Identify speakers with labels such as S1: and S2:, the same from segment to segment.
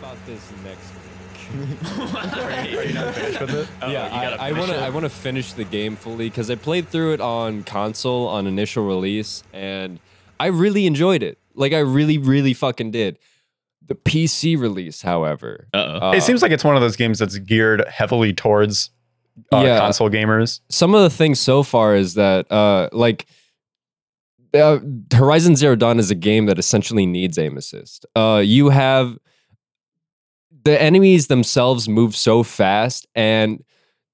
S1: about this next week.
S2: Are Oh, you not finished with it?
S1: yeah, I, I want to. I want to finish the game fully because I played through it on console on initial release, and I really enjoyed it. Like I really, really fucking did. The PC release, however,
S3: Uh-oh.
S1: uh,
S2: it seems like it's one of those games that's geared heavily towards uh,
S1: Yeah.
S2: console gamers.
S1: some of the things so far is that uh like uh, Horizon Zero Dawn is a game that essentially needs aim assist. Uh you have the enemies themselves move so fast and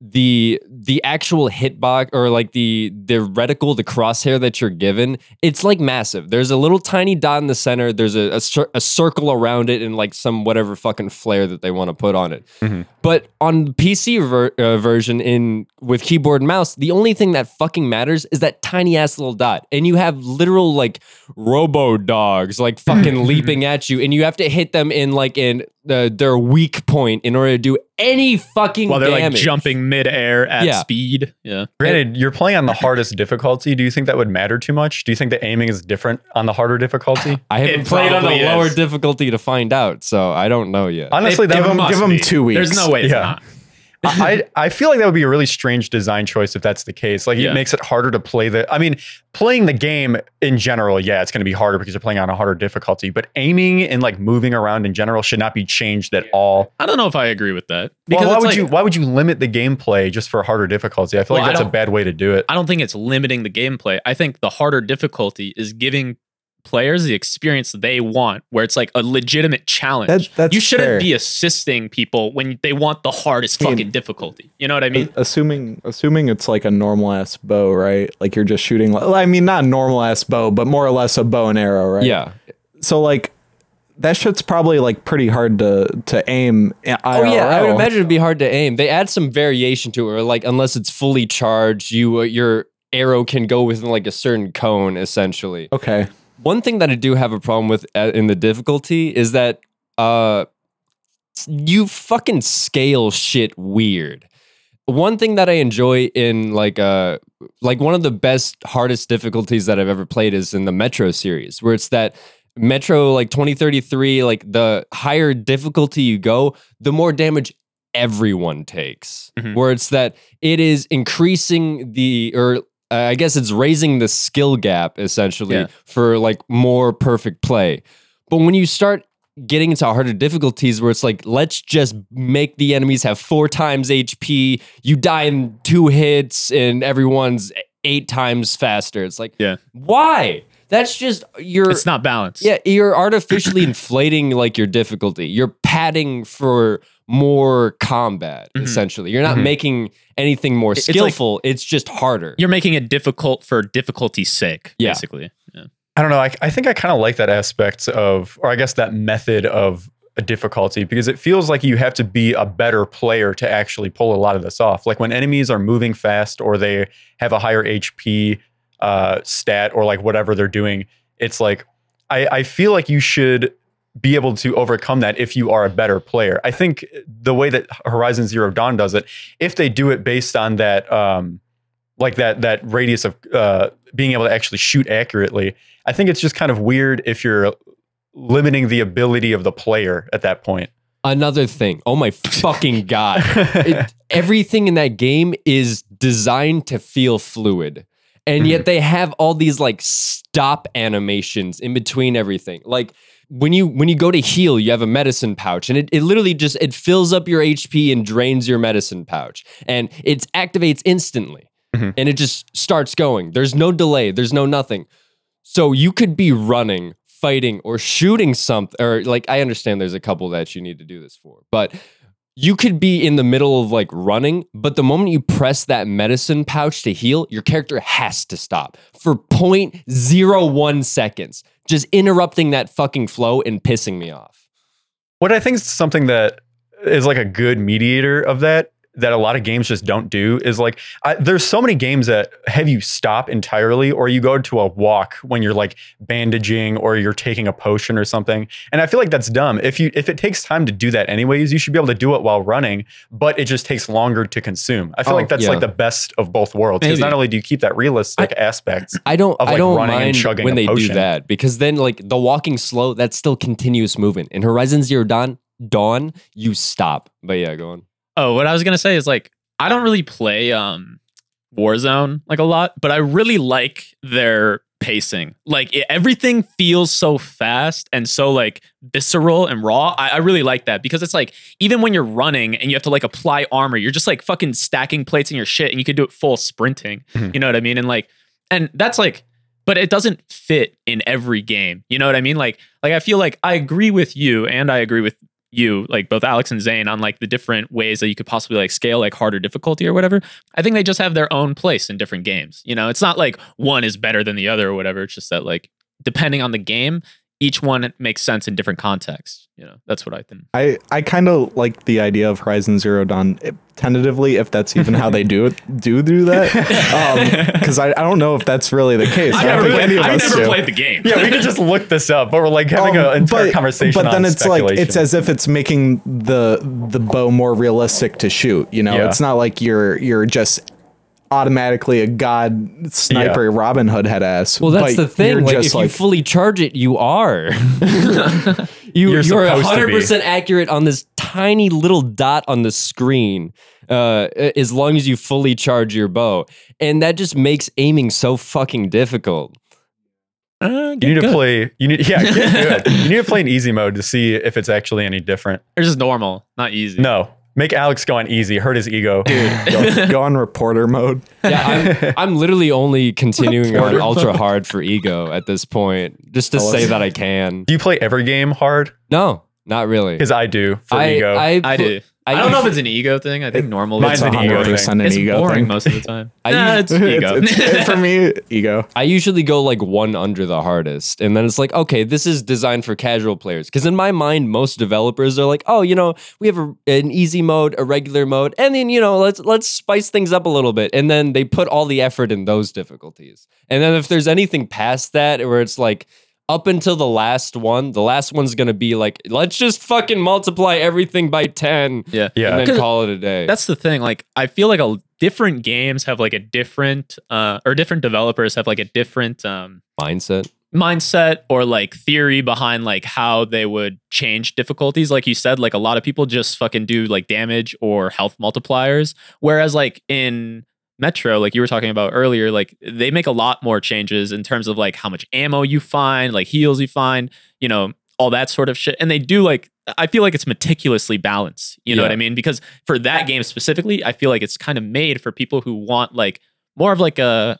S1: the the actual hitbox or like the the reticle the crosshair that you're given it's like massive there's a little tiny dot in the center there's a a, cir- a circle around it and like some whatever fucking flare that they want to put on it
S3: Mm-hmm.
S1: but on PC ver- uh, version in with keyboard and mouse, the only thing that fucking matters is that tiny ass little dot, and you have literal like robo dogs like fucking leaping at you, and you have to hit them in like in uh, their weak point in order to do any fucking
S3: While they're like
S1: damage.
S3: jumping midair at
S1: Yeah.
S3: speed. Yeah.
S2: Granted, you're playing on the hardest difficulty. Do you think that would matter too much? Do you think the aiming is different on the harder difficulty?
S1: I haven't
S3: It
S1: played on the
S3: probably
S1: lower
S3: is.
S1: difficulty to find out, so I don't know yet.
S2: Honestly,
S3: It-
S2: that
S3: it
S4: give them
S2: would,
S3: must
S4: give them
S3: be.
S4: two weeks.
S3: There's no way it's
S2: Yeah.
S3: not.
S2: I I feel like that would be a really strange design choice if that's the case. Like
S3: Yeah.
S2: it makes it harder to play the. I mean, playing the game in general, yeah, it's going to be harder because you're playing on a harder difficulty. But aiming and like moving around in general should not be changed at all.
S3: I don't know if I agree with that.
S2: Well, why
S3: it's
S2: would
S3: like-
S2: you why would you limit the gameplay just for a harder difficulty? I feel
S3: Well, I
S2: like that's a
S3: don't-
S2: bad way to do it.
S3: I don't think it's limiting the gameplay. I think the harder difficulty is giving players the experience they want, where it's like a legitimate challenge.
S4: That- that's
S3: you shouldn't
S4: fair.
S3: be assisting people when they want the hardest
S4: I mean-
S3: fucking difficulty. You know what I mean?
S4: assuming assuming it's like a normal ass bow, right? Like you're just shooting. li- I mean, not a normal ass bow, but more or less a bow and arrow, right?
S1: yeah.
S4: So like that shit's probably like pretty hard to to aim. i-
S1: Oh yeah, I would
S4: IRL.
S1: imagine it'd be hard to aim. They add some variation to it, or like unless it's fully charged, you uh, your arrow can go within like a certain cone, essentially.
S4: Okay.
S1: One thing that I do have a problem with uh, in the difficulty is that uh, you fucking scale shit weird. One thing that I enjoy in like uh like one of the best hardest difficulties that I've ever played is in the Metro series, where it's that Metro like 2033, like the higher difficulty you go, the more damage everyone takes.
S3: Mhm.
S1: Where it's that it is increasing the or uh, I guess it's raising the skill gap essentially
S3: Yeah.
S1: for like more perfect play. But when you start getting into harder difficulties where it's like let's just make the enemies have four times hp you die in two hits and everyone's eight times faster it's like
S3: Yeah.
S1: why that's just your
S3: It's not balanced.
S1: yeah you're artificially inflating like your difficulty you're padding for more combat
S3: Mhm.
S1: essentially you're not
S2: Mhm.
S1: making anything more
S3: it's like-
S1: skillful it's, just harder
S3: You're making it difficult for difficulty's sake,
S1: Yeah.
S3: basically. Yeah.
S2: I don't know. I, I think I kind of like that aspect of, or I guess that method of a difficulty because it feels like you have to be a better player to actually pull a lot of this off. Like when enemies are moving fast or they have a higher HP uh, stat or like whatever they're doing, it's like, I, I feel like you should be able to overcome that if you are a better player. I think the way that Horizon Zero Dawn does it, if they do it based on that, um, like that that radius of uh, being able to actually shoot accurately, I think it's just kind of weird if you're limiting the ability of the player at that point.
S1: another thing oh my fucking god it, everything in that game is designed to feel fluid and yet they have all these like stop animations in between everything like when you when you go to heal you have a medicine pouch and it, it literally just it fills up your hp and drains your medicine pouch and it activates instantly
S2: Mhm.
S1: and it just starts going there's no delay there's no nothing so you could be running, fighting, or shooting something, or like I understand there's a couple that you need to do this for, but you could be in the middle of like running, but the moment you press that medicine pouch to heal, your character has to stop for 0.01 seconds, just interrupting that fucking flow and pissing me off.
S2: what I think is something that is like a good mediator of that that a lot of games just don't do is like I, there's so many games that have you stop entirely or you go to a walk when you're like bandaging or you're taking a potion or something and i feel like that's dumb if you if it takes time to do that anyways you should be able to do it while running but it just takes longer to consume i feel
S1: Oh,
S2: like that's
S1: yeah.
S2: like the best of both worlds because
S3: Maybe.
S2: not only do you keep that realistic aspect
S1: I don't,
S2: Of,
S1: I
S2: like,
S1: don't
S2: running and
S1: mind
S2: chugging
S1: when
S2: a
S1: they do
S2: potion.
S1: that because then like the walking slow, that's still continuous movement. In Horizon Zero Dawn, dawn, you stop. But yeah, go on.
S3: Oh, what I was gonna say is like I don't really play um Warzone like a lot, but I really like their pacing. Like it, everything feels so fast and so like visceral and raw. I, I really like that because it's like even when you're running and you have to like apply armor, you're just like fucking stacking plates in your shit, and you can do it full sprinting.
S2: Mhm.
S3: You know what I mean? And like, and that's like, but it doesn't fit in every game. You know what I mean? Like, like I feel like I agree with you, and I agree with you like both alex and zane on like the different ways that you could possibly like scale like harder difficulty or whatever i think they just have their own place in different games you know it's not like one is better than the other or whatever it's just that like depending on the game each one makes sense in different contexts you know that's what i think
S4: I, I kind of like the idea of Horizon Zero Dawn eh, tentatively, if that's even how they do it, do do that, because I, I don't know if that's really the case. I, don't think any of us do.
S3: the game
S2: Yeah, we could just look this up, but we're like having
S4: Um,
S2: an entire
S4: but-
S2: conversation.
S4: But
S2: on
S4: then it's like it's
S2: speculation.
S4: as if it's making the the bow more realistic to shoot. You know,
S2: Yeah.
S4: it's not like you're you're just automatically a god sniper Robin Hood head ass.
S1: Well, that's
S4: but
S1: the thing.
S4: You're
S1: Like,
S4: just
S1: if you
S4: like
S1: fully charge it, you are. you,
S2: You're
S1: you're
S2: supposed to
S1: 100% accurate on this tiny little dot on the screen uh, a- as long as you fully charge your bow. And that just makes aiming so fucking difficult.
S2: you need to play. You need yeah, get good. you need to play in easy mode to see if it's actually any different.
S3: it's just normal not easy
S2: No, make Alex go on easy. Hurt his ego.
S4: go, go on reporter mode.
S1: Yeah, I'm, I'm literally only continuing on ultra hard for ego at this point, just to say that I can.
S2: Do you play every game hard?
S1: No, not really.
S2: Because I do for
S1: I,
S2: ego.
S1: I,
S3: i
S1: pl-
S3: do i don't know if it's an ego thing i think normal
S2: Mine's
S4: It's
S2: an ego
S4: hundred percent an
S3: it's
S4: ego
S3: boring
S4: thing.
S3: most of the time
S1: I
S3: Nah,
S1: use-
S3: it's ego
S4: It's- it's- for me, ego.
S1: I usually go like one under the hardest, and then it's like, okay, this is designed for casual players. Because in my mind, most developers are like, oh, you know, we have a, an easy mode, a regular mode, and then you know, let's let's spice things up a little bit, and then they put all the effort in those difficulties. And then if there's anything past that, where it's like up until the last one, the last one's gonna be like, let's just fucking multiply everything by ten,
S3: yeah
S2: yeah,
S1: and then call it a day.
S3: that's the thing like i feel like a different games have like a different uh or different developers have like a different um
S1: mindset.
S3: mindset or like theory behind like how they would change difficulties like you said like a lot of people just fucking do like damage or health multipliers whereas like in metro like you were talking about earlier like they make a lot more changes in terms of like how much ammo you find like heals you find you know all that sort of shit and they do like i feel like it's meticulously balanced you know
S1: Yeah.
S3: what i mean because for that game specifically i feel like it's kind of made for people who want like more of like a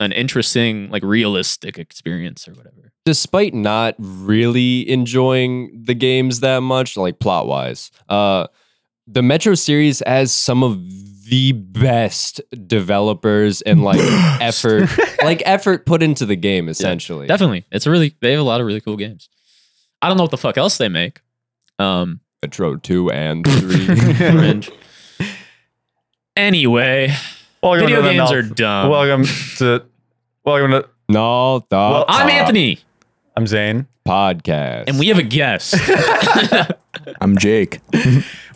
S3: an interesting like realistic experience or whatever
S1: despite not really enjoying the games that much, like plot wise, uh, the Metro series has some of the best developers and like effort, like effort put into the game essentially.
S3: definitely it's a really they have a lot of really cool games i don't know what the fuck else they make um
S1: Metro two and three.
S3: cringe. anyway
S2: Welcome
S3: video
S2: to the
S3: games
S2: Nel-
S3: are dumb
S2: Welcome to welcome to.
S1: no, the
S2: Well,
S3: i'm
S1: Top
S3: anthony
S2: I'm Zane.
S1: podcast,
S3: and we have a guest
S4: I'm Jake.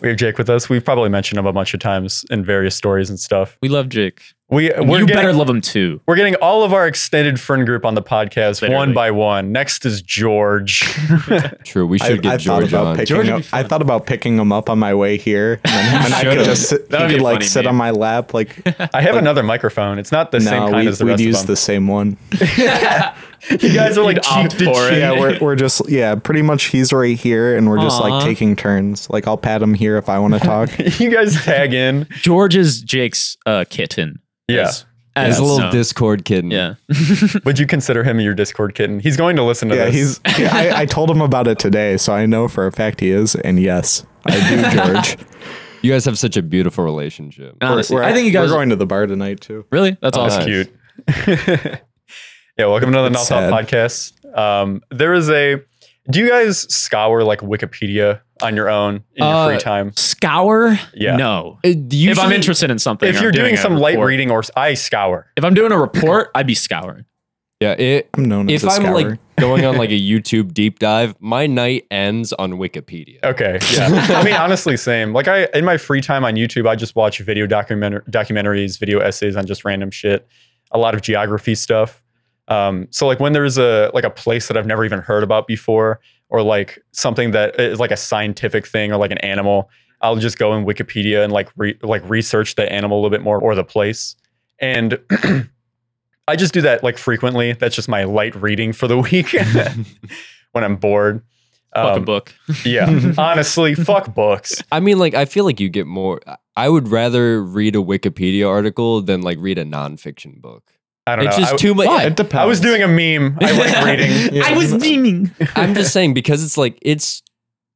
S2: We have Jake with us. We've probably mentioned him a bunch of times in various stories and stuff.
S3: we love jake
S2: We
S3: And
S2: we're
S3: you
S2: getting,
S3: better love him too
S2: we're getting all of our extended friend group on the podcast one
S3: Literally.
S2: by one. Next is George.
S1: true. We
S4: I,
S1: should get
S4: I thought
S1: George
S4: about
S1: on.
S4: picking
S3: George would
S4: up,
S3: be
S4: I
S3: fun.
S4: thought about picking him up on my way here, and, then, and I
S3: Should've.
S4: could just sit,
S3: That would
S4: he
S3: be
S4: could
S3: a
S4: like
S3: funny
S4: sit
S3: meme.
S4: on my lap. Like
S2: I have another microphone. It's not the same
S4: no,
S2: kind
S4: we,
S2: as the
S4: we'd
S2: rest
S4: use
S2: of
S4: the
S2: them.
S4: same one.
S2: you guys are like
S3: You'd opt
S2: cheek to
S3: for it.
S2: cheek.
S4: yeah, we're, we're just yeah, pretty much he's right here, and we're just
S3: Aw.
S4: like taking turns. Like I'll pat him here if I want to talk.
S2: you guys tag in.
S3: george is jake's uh kitten
S2: Yeah.
S3: As- as
S1: As a little
S3: known.
S1: Discord kitten.
S3: yeah
S2: Would you consider him your Discord kitten? He's going to listen to
S4: yeah,
S2: this.
S4: he's. yeah, I, I told him about it today, so I know for a fact he is. And yes, I do, George.
S1: You guys have such a beautiful relationship.
S3: honestly
S4: We're-
S3: i think you guys
S4: we're going to the bar tonight too.
S3: really that's
S1: Oh,
S3: awesome
S1: nice.
S2: cute. yeah, welcome to the Not
S4: That's
S2: Top
S4: sad.
S2: Podcast. Um, there is a. Do you guys scour like Wikipedia on your own in your
S1: Uh,
S2: free time?
S3: scour
S2: Yeah.
S3: no
S1: Uh, do you
S3: if i'm
S1: see-
S3: interested in something
S2: If
S3: I'm
S2: you're doing
S3: a
S2: some light
S3: report.
S2: reading, or s- I scour.
S3: if i'm doing a report i'd be scouring
S1: yeah, it,
S4: I'm known
S1: if
S4: as a
S1: I'm
S4: scourer.
S1: like going on like a YouTube deep dive, my night ends on Wikipedia.
S2: Okay, yeah. I mean, honestly, same. Like I, in my free time on YouTube, I just watch video documentar- documentaries, video essays on just random shit, a lot of geography stuff. Um, so like when there's a like a place that I've never even heard about before, or like something that is like a scientific thing or like an animal, I'll just go in Wikipedia and like re- like research the animal a little bit more or the place. And I just do that like frequently. That's just my light reading for the week when I'm bored.
S3: Fuck a
S2: Um,
S3: book.
S2: yeah, honestly, fuck books.
S1: I mean, like, I feel like you get more. I would rather read a Wikipedia article than like read a nonfiction book.
S2: I don't
S1: It's
S2: know.
S1: just
S2: I-
S1: too much.
S4: It depends.
S2: I was doing a meme. I like reading.
S4: Yeah.
S3: dreaming.
S1: I'm just saying because it's like it's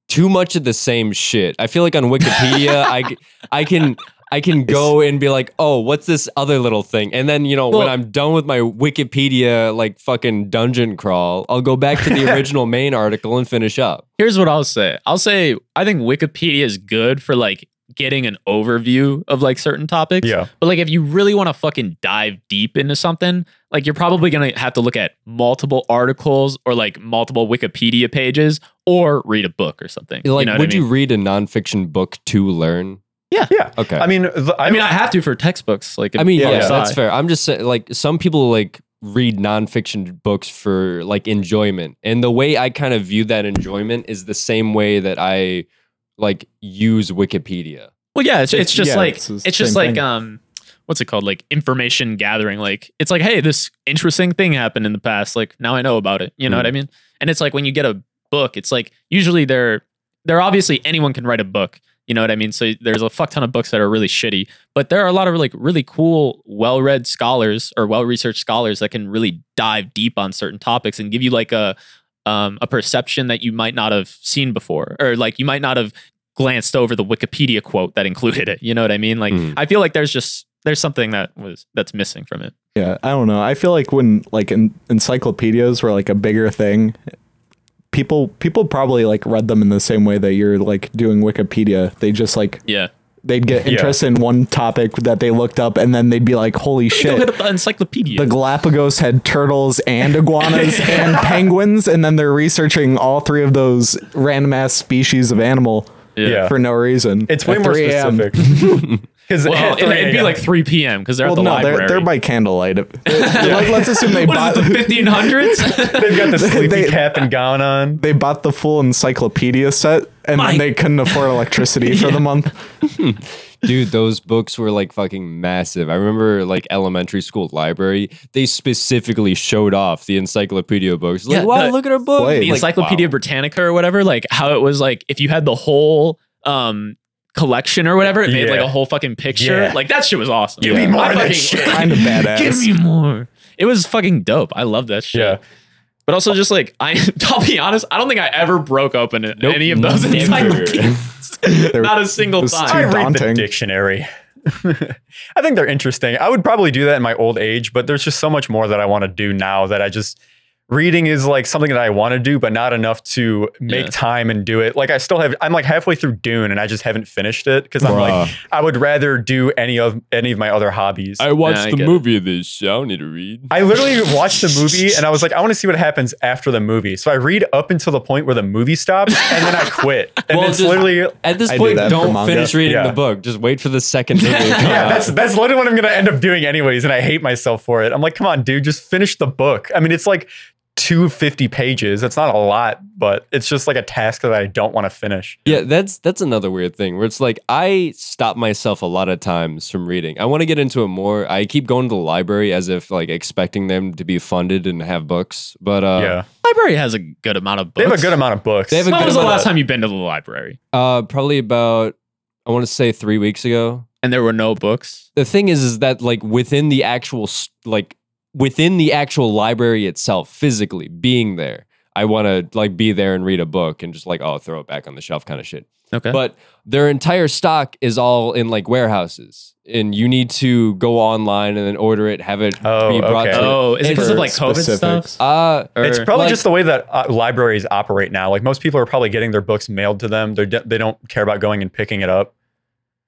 S1: too much of the same shit. I feel like on Wikipedia, I c- I can I can go and be like, oh, what's this other little thing? And then you know when
S3: Well-
S1: I'm done with my Wikipedia like fucking dungeon crawl, I'll go back to the original main article and finish up.
S3: Here's what I'll say. I'll say I think Wikipedia is good for like getting an overview of like certain topics.
S2: Yeah.
S3: But like if you really want to fucking dive deep into something, like you're probably going to have to look at multiple articles or like multiple Wikipedia pages or read a book or something.
S1: Like,
S3: know what
S1: would
S3: I mean?
S1: you read a nonfiction book to learn?
S2: Yeah.
S1: Okay.
S2: I mean, the,
S3: I mean, I have to for textbooks. Like,
S1: I mean,
S2: Yeah,
S1: yeah,
S2: yeah.
S1: that's fair. I'm just saying, like, some people like read nonfiction books for like enjoyment, and the way I kind of view that enjoyment is the same way that I like use Wikipedia.
S3: Well, yeah, it's, it's
S4: It's-
S3: just
S4: yeah,
S3: like
S4: it's
S3: it's,
S4: the
S3: just
S4: same
S3: like
S4: thing.
S3: um, what's it called? Like information gathering. Like it's like, hey, this interesting thing happened in the past. Like now I know about it. You know what
S4: Hmm.
S3: I mean? And it's like when you get a book, it's like usually they're they're obviously anyone can write a book. You know what I mean? So there's a fuck ton of books that are really shitty, but there are a lot of like really cool, well-read scholars or well-researched scholars that can really dive deep on certain topics and give you like a um, a perception that you might not have seen before, or like you might not have glanced over the Wikipedia quote that included it. You know what I mean? Like
S2: Hmm.
S1: Mm.
S3: I feel like there's just there's something that was that's missing from it.
S4: Yeah, I don't know. I feel like when like en- encyclopedias were like a bigger thing, people people probably like read them in the same way that you're like doing Wikipedia. They just like
S3: Yeah.
S4: they'd get
S2: Yeah.
S4: interest in one topic that they looked up, and then they'd be like, "Holy
S3: Go hit
S4: shit!"
S3: up the encyclopedia.
S4: The Galapagos had turtles and iguanas and penguins, and then they're researching all three of those random ass species of animal
S2: Yeah.
S4: for no reason.
S2: it's
S4: at
S2: way more
S4: 3 a.m.
S2: specific. Because
S3: well, it, would be like 3 p.m. because they're
S4: Well,
S3: at the
S4: no,
S3: library.
S4: they're, they're by candlelight. Let, us assume they
S3: what
S4: bought
S3: is it, the 1500s?
S2: they've got the sleepy
S4: they-
S2: cap and gown on.
S4: they bought the full encyclopedia set and
S3: My-
S4: then they couldn't afford electricity for the month.
S1: Dude, those books were like fucking massive. I remember like elementary school library, they specifically showed off the encyclopedia books. Like,
S3: Yeah,
S1: wow,
S3: the-
S1: look at her book.
S4: Wait.
S3: the
S1: Like,
S3: Encyclopedia
S1: wow.
S3: Britannica or whatever, like how it was like if you had the whole um collection or whatever, it made like
S2: Yeah.
S3: a whole fucking picture.
S2: Yeah.
S3: Like that shit was awesome.
S2: Give me more
S3: I
S2: of that
S3: fucking-
S2: shit.
S4: Kind of
S3: Give
S4: badass.
S3: me more. It was fucking dope. I love that shit.
S2: Yeah.
S3: But also just like I I'll be honest, I don't think I ever broke open it- any of those
S1: never.
S3: encyclopedias.
S4: There-
S3: Not a single
S4: was
S3: time.
S2: I
S4: too
S2: read the
S4: daunting.
S2: dictionary. I think they're interesting. I would probably do that in my old age, but there's just so much more that I want to do now that I just reading is like something that I want to do, but not enough to make
S3: Yeah.
S2: time and do it. Like I still have, I'm like halfway through Dune, and I just haven't finished it because I'm like,
S1: Bruh.
S2: I would rather do any of any of my other hobbies. I,
S3: watched Yeah, I the get it.
S1: movie of this. I don't need to read.
S2: literally watched the movie, and I was like, I want to see what happens after the movie. So I read up until the point where the movie stops, and then I quit. And
S1: Well,
S2: it's
S1: just-
S2: literally
S1: At this
S4: I do
S1: point,
S4: that for
S1: don't
S4: manga.
S1: finish reading
S2: Yeah.
S1: the book. Just wait for the second movie.
S2: yeah, that's that's literally what I'm gonna end up doing anyways, and I hate myself for it. I'm like, come on, dude, just finish the book. I mean, it's like 250 pages. It's not a lot, but it's just like a task that I don't want to finish.
S1: Yeah, that's that's another weird thing where it's like I stop myself a lot of times from reading. I want to get into it more. I keep going to the library as if like expecting them to be funded and have books, but uh,
S2: yeah,
S3: library has a good amount of
S2: they
S3: books.
S2: have a good amount of books.
S1: They have a
S3: When
S1: good
S3: was the
S1: amount
S3: last
S1: of-
S3: time you've been to the library?
S1: uh, probably about I want to say three weeks ago.
S3: And there were no books.
S1: The thing is, is that like within the actual s- like within the actual library itself, physically being there, I want to like be there and read a book and just like oh throw it back on the shelf kind of shit.
S3: Okay.
S1: but their entire stock is all in like warehouses and you need to go online and then order it have it
S2: Oh,
S1: be brought
S2: okay.
S1: to
S3: oh, is it because of
S4: For
S3: like COVID
S4: specifics.
S3: stuff?
S1: uh
S3: Or-
S2: it's probably
S1: like-
S2: just the way that uh, libraries operate now. Like most people are probably getting their books mailed to them. They de- they don't care about going and picking it up.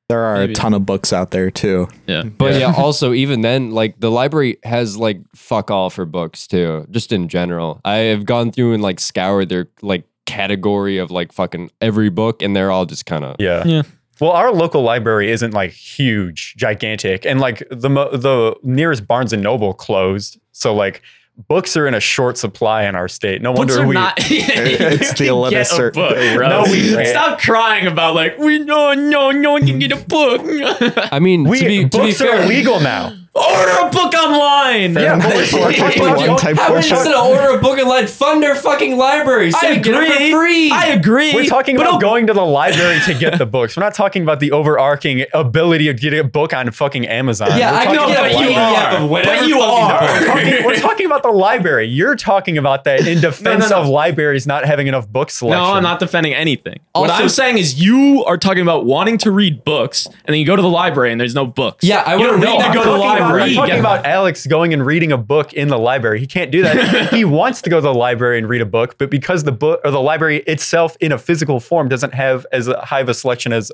S4: There are
S3: Maybe.
S4: a ton of books out there too.
S3: yeah.
S1: but yeah. also even then like the library has like fuck all for books too just in general i have gone through and like scoured their like category of like fucking every book and they're all just kind of
S2: Yeah.
S3: Yeah.
S2: Well, our local library isn't like huge, gigantic, and like the mo- the nearest Barnes and Noble closed, so like books are in a short supply in our state. No wonder
S3: Books are
S2: we.
S3: not.
S4: It's the
S3: You can
S4: Eleventh
S3: get a
S4: Circle,
S3: book,
S4: bro.
S3: bro.
S2: No, we can't.
S3: Stop crying about like we no no no one can get a book.
S1: I mean,
S2: we
S1: to be, to be
S2: books are
S1: fair,
S2: illegal now.
S3: Order a book online.
S2: Yeah,
S4: enough.
S2: but we're
S4: Fucking
S2: talking
S4: one
S2: about-
S4: type
S1: How are you
S4: Sure.
S1: just gonna order a book and let fund their fucking library? So
S3: I
S1: you get it
S3: agree.
S1: for free.
S3: I agree.
S2: We're talking
S3: but
S2: about
S3: I'll-
S2: going to the library to get the books. We're not talking about the overarching ability of getting a book on fucking Amazon.
S1: Yeah,
S2: We're
S1: I
S2: talking
S1: know,
S2: about
S1: but
S2: the
S1: you
S2: library.
S1: are.
S3: but
S1: Whatever
S3: you
S1: fucking-
S3: are.
S2: Talking- We're talking about the library. You're talking about that in defense
S3: no.
S2: of libraries not having enough book selection.
S3: No, I'm not defending anything. what
S1: Also-
S3: I'm saying is you are talking about wanting to read books, and then you go to the library and there's no books.
S1: Yeah, I
S3: You
S1: wanna
S3: don't
S1: read
S3: need
S1: that
S3: to go
S2: I'm
S3: to the
S2: talking about-
S3: library.
S2: I'm
S3: You
S2: talking
S3: get-
S2: about Alex going and reading a book in the library. He can't do that. he wants to go to the library and read a book, but because the book or the library itself in a physical form doesn't have as high of a selection as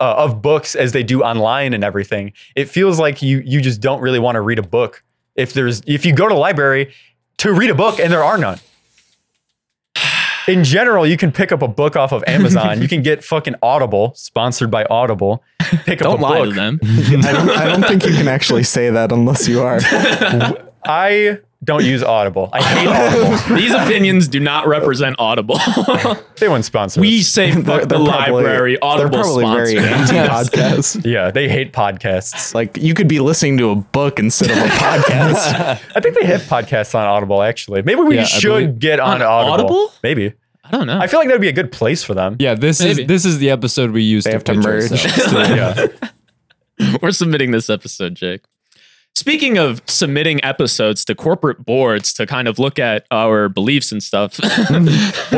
S2: uh, of books as they do online and everything, it feels like you you just don't really want to read a book. If there's if you go to the library to read a book and there are none. In general, you can pick up a book off of Amazon. you can get fucking Audible, sponsored by Audible. Pick up
S3: don't
S2: a
S3: lie
S2: book.
S3: to them.
S4: I don't, I don't think you can actually say that unless you are.
S2: I don't use Audible. I hate Audible.
S3: These opinions do not represent Audible.
S2: They wouldn't sponsor
S3: we
S2: us.
S3: say fuck
S4: They're-
S3: the
S4: they're probably-
S3: library. Audible
S4: They're probably
S3: sponsor.
S4: very anti-podcast.
S2: Yeah, they hate podcasts.
S4: Like you could be listening to a book instead of a podcast.
S2: I think they have podcasts on Audible, actually. Maybe we
S1: Yeah, I
S2: should
S1: believe-
S2: get on,
S3: On
S2: Audible.
S3: Audible?
S2: Maybe.
S3: I don't know.
S2: I feel like that would be a good place for them.
S1: Yeah, this
S3: Maybe.
S1: is this is the episode we use
S4: they
S1: to,
S4: have to
S1: pitch
S4: merge.
S1: ourselves.
S2: Yeah.
S3: We're submitting this episode, Jake. Speaking of submitting episodes to corporate boards to kind of look at our beliefs and stuff, you guys ever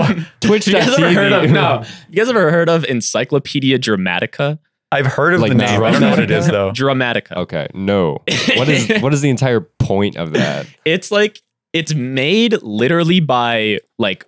S3: heard of
S1: Twitch.tv.
S3: no? You guys ever heard of Encyclopedia Dramatica?
S2: I've heard of
S1: Like
S2: the name. I don't know what it
S1: Dramatica?
S2: is, though.
S3: Dramatica.
S1: Okay, no. Oh. What is what is the entire point of that?
S3: It's like it's made literally by like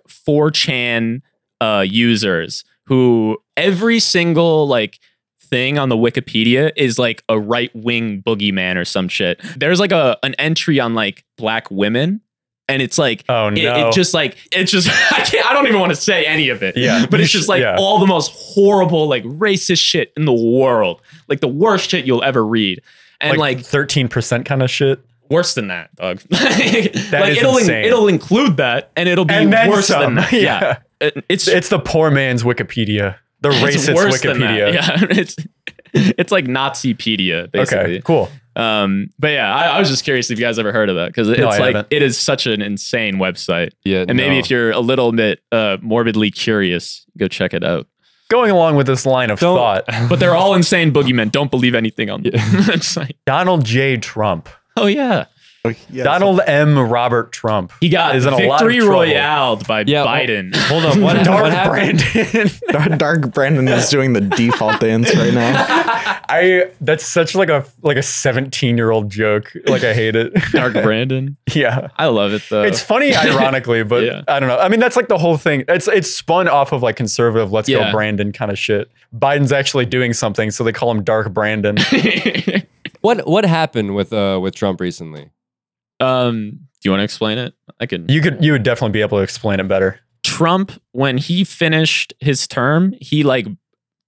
S3: 4chan uh, users who every single like thing on the Wikipedia is like a right wing boogeyman or some shit. There's like a an entry on like black women, and it's like
S2: Oh,
S3: it,
S2: no.
S3: it just like it's just I can't I don't even want to say any of it.
S2: Yeah.
S3: but
S2: You
S3: it's just
S2: should-
S3: like
S2: yeah.
S3: all the most horrible like racist shit in the world, like the worst shit you'll ever read, and like
S2: 13% kind of shit.
S3: worse than that, dog. like,
S2: is
S3: it'll
S2: insane.
S3: it'll include that, and it'll be
S2: And then
S3: worse
S2: some.
S3: than that. Yeah, It- it's
S2: It's the poor man's Wikipedia. The
S3: it's
S2: racist
S3: worse than that.
S2: Wikipedia.
S3: Yeah, it's it's like Nazipedia basically.
S2: okay, cool.
S3: Um, but yeah, I, I was just curious if you guys ever heard of that because it's
S2: I
S3: like
S2: haven't.
S3: it is such an insane website,
S1: Yeah,
S3: and maybe
S1: no.
S3: if you're a little bit uh, morbidly curious, go check it out.
S2: Going along with this line of
S1: Don't-
S2: thought,
S3: But they're all insane boogeymen. Don't believe anything on the website.
S2: Donald J. Trump,
S3: Oh yeah,
S4: Yes.
S2: Donald M. Robert Trump.
S3: he got
S2: Is in a lot of
S3: victory
S2: trouble.
S3: royale by
S1: Yeah, well-
S3: Biden.
S1: Hold on, what,
S2: Dark
S1: what happened?
S2: Brandon.
S4: Dark Brandon is doing the default dance right now.
S2: I that's such like a like a 17 year old joke. Like I hate it.
S3: Dark Brandon.
S2: yeah.
S3: I love it though.
S2: It's
S1: Uh,
S2: funny ironically, but
S3: Yeah.
S2: I don't know. I mean that's like the whole thing. It's it's spun off of like conservative let's
S3: Yeah.
S2: go Brandon kind of shit. Biden's actually doing something so they call him Dark Brandon.
S1: What what happened with uh with Trump recently?
S3: um, do you want to explain it? I can.
S2: you could you would definitely be able to explain it better.
S3: Trump, when he finished his term, he like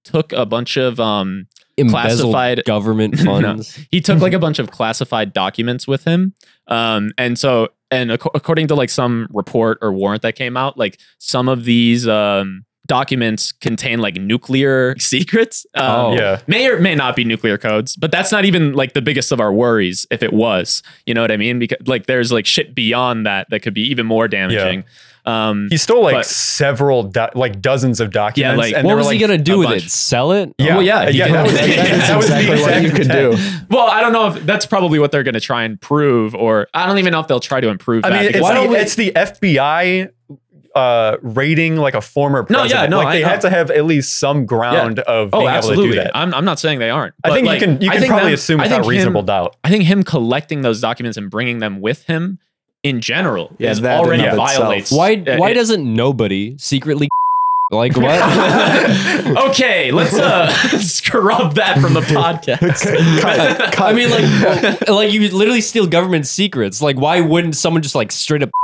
S3: took a bunch of um,
S1: Embezzled
S3: Classified-
S1: government
S3: No.
S1: funds.
S3: he took like a bunch of classified documents with him, um, and so and ac- according to like some report or warrant that came out, like some of these um documents contain like nuclear secrets. Um,
S1: Oh.
S2: Yeah.
S3: may or may not be nuclear codes, but that's not even like the biggest of our worries if it was. You know what I mean? Because like there's like shit beyond that that could be even more damaging. Um
S2: He stole like
S3: But-
S2: several do- like dozens of documents
S3: like,
S2: and
S1: What
S2: they
S1: was
S2: were,
S1: he
S2: like,
S1: gonna do
S3: a
S1: with
S3: bunch.
S1: it? Sell it?
S2: Yeah.
S1: Oh,
S3: yeah,
S1: he
S2: yeah,
S1: did.
S2: that was,
S3: That
S2: that
S4: That
S2: was
S4: is
S2: the
S4: exactly what
S2: exact
S4: you could
S2: intent.
S4: do.
S3: well, I don't know if that's probably what they're going to try and prove or I don't even know if they'll try to improve
S2: I
S3: that.
S2: mean, it's,
S3: because-
S2: the, it's the FBI uh, rating like a former
S3: No, yeah,
S2: president.
S3: no,
S2: like
S3: I
S2: they
S3: know.
S2: have to have at least some ground of being
S3: oh,
S2: able
S3: absolutely.
S2: to do that.
S3: I'm, I'm not saying they aren't.
S2: I
S3: but,
S2: think
S3: like,
S2: you can you
S3: I
S2: can
S3: think
S2: probably
S3: them-
S2: assume
S3: I
S2: without
S3: think him-
S2: reasonable doubt.
S3: I think him collecting those documents and bringing them with him in general
S4: Yeah,
S3: is
S4: that in
S3: already
S2: and of
S4: itself.
S3: violates.
S1: Why
S3: uh,
S1: why
S3: it-
S1: doesn't nobody secretly like what?
S3: okay, let's uh, scrub that from the podcast.
S4: Cut, cut.
S1: I mean, like, like you literally steal government secrets. Like, why wouldn't someone just like straight up?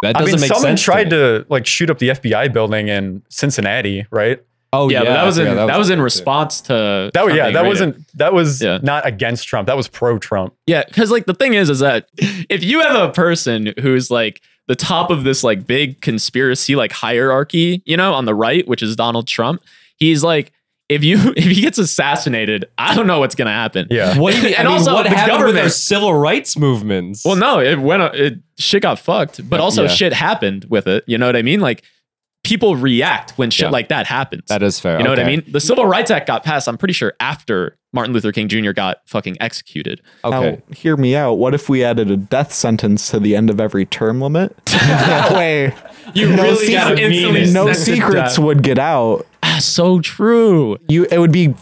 S1: That
S2: I
S1: doesn't
S2: mean,
S1: make
S2: someone
S1: sense.
S2: tried
S1: to, me.
S2: to, like shoot up the FBI building in Cincinnati, right?
S1: Oh
S3: yeah,
S1: yeah,
S3: but that
S1: I
S3: was in
S1: forgot,
S3: that, was in
S1: there, too.
S3: response to
S2: That was yeah,
S3: something
S2: that
S3: rated.
S2: wasn't that was
S3: Yeah.
S2: not against Trump. That was pro Trump.
S3: Yeah, because like the thing is, is that if you have a person who's like the top of this like big conspiracy like hierarchy, you know, on the right, which is Donald Trump, he's like, if you if he gets assassinated, I don't know what's gonna happen.
S2: Yeah.
S1: What do you mean?
S3: And
S1: I mean,
S3: also
S1: what
S3: the
S1: happened with our
S3: government-
S1: civil rights movements?
S3: Well, no, it went it shit got fucked, but also
S1: Yeah.
S3: shit happened with it. You know what I mean? Like people react when shit
S1: Yeah.
S3: like that happens.
S1: that is fair.
S3: you know what I
S1: Okay.
S3: mean? The Civil Rights Act got passed, I'm pretty sure, after Martin Luther King Jr. got fucking executed.
S1: Okay.
S4: Now, hear me out. What if we added a death sentence to the end of every term limit? that way,
S3: You
S4: No really gotta secret- no secrets would get out.
S3: Ah, so true.
S4: You, it would be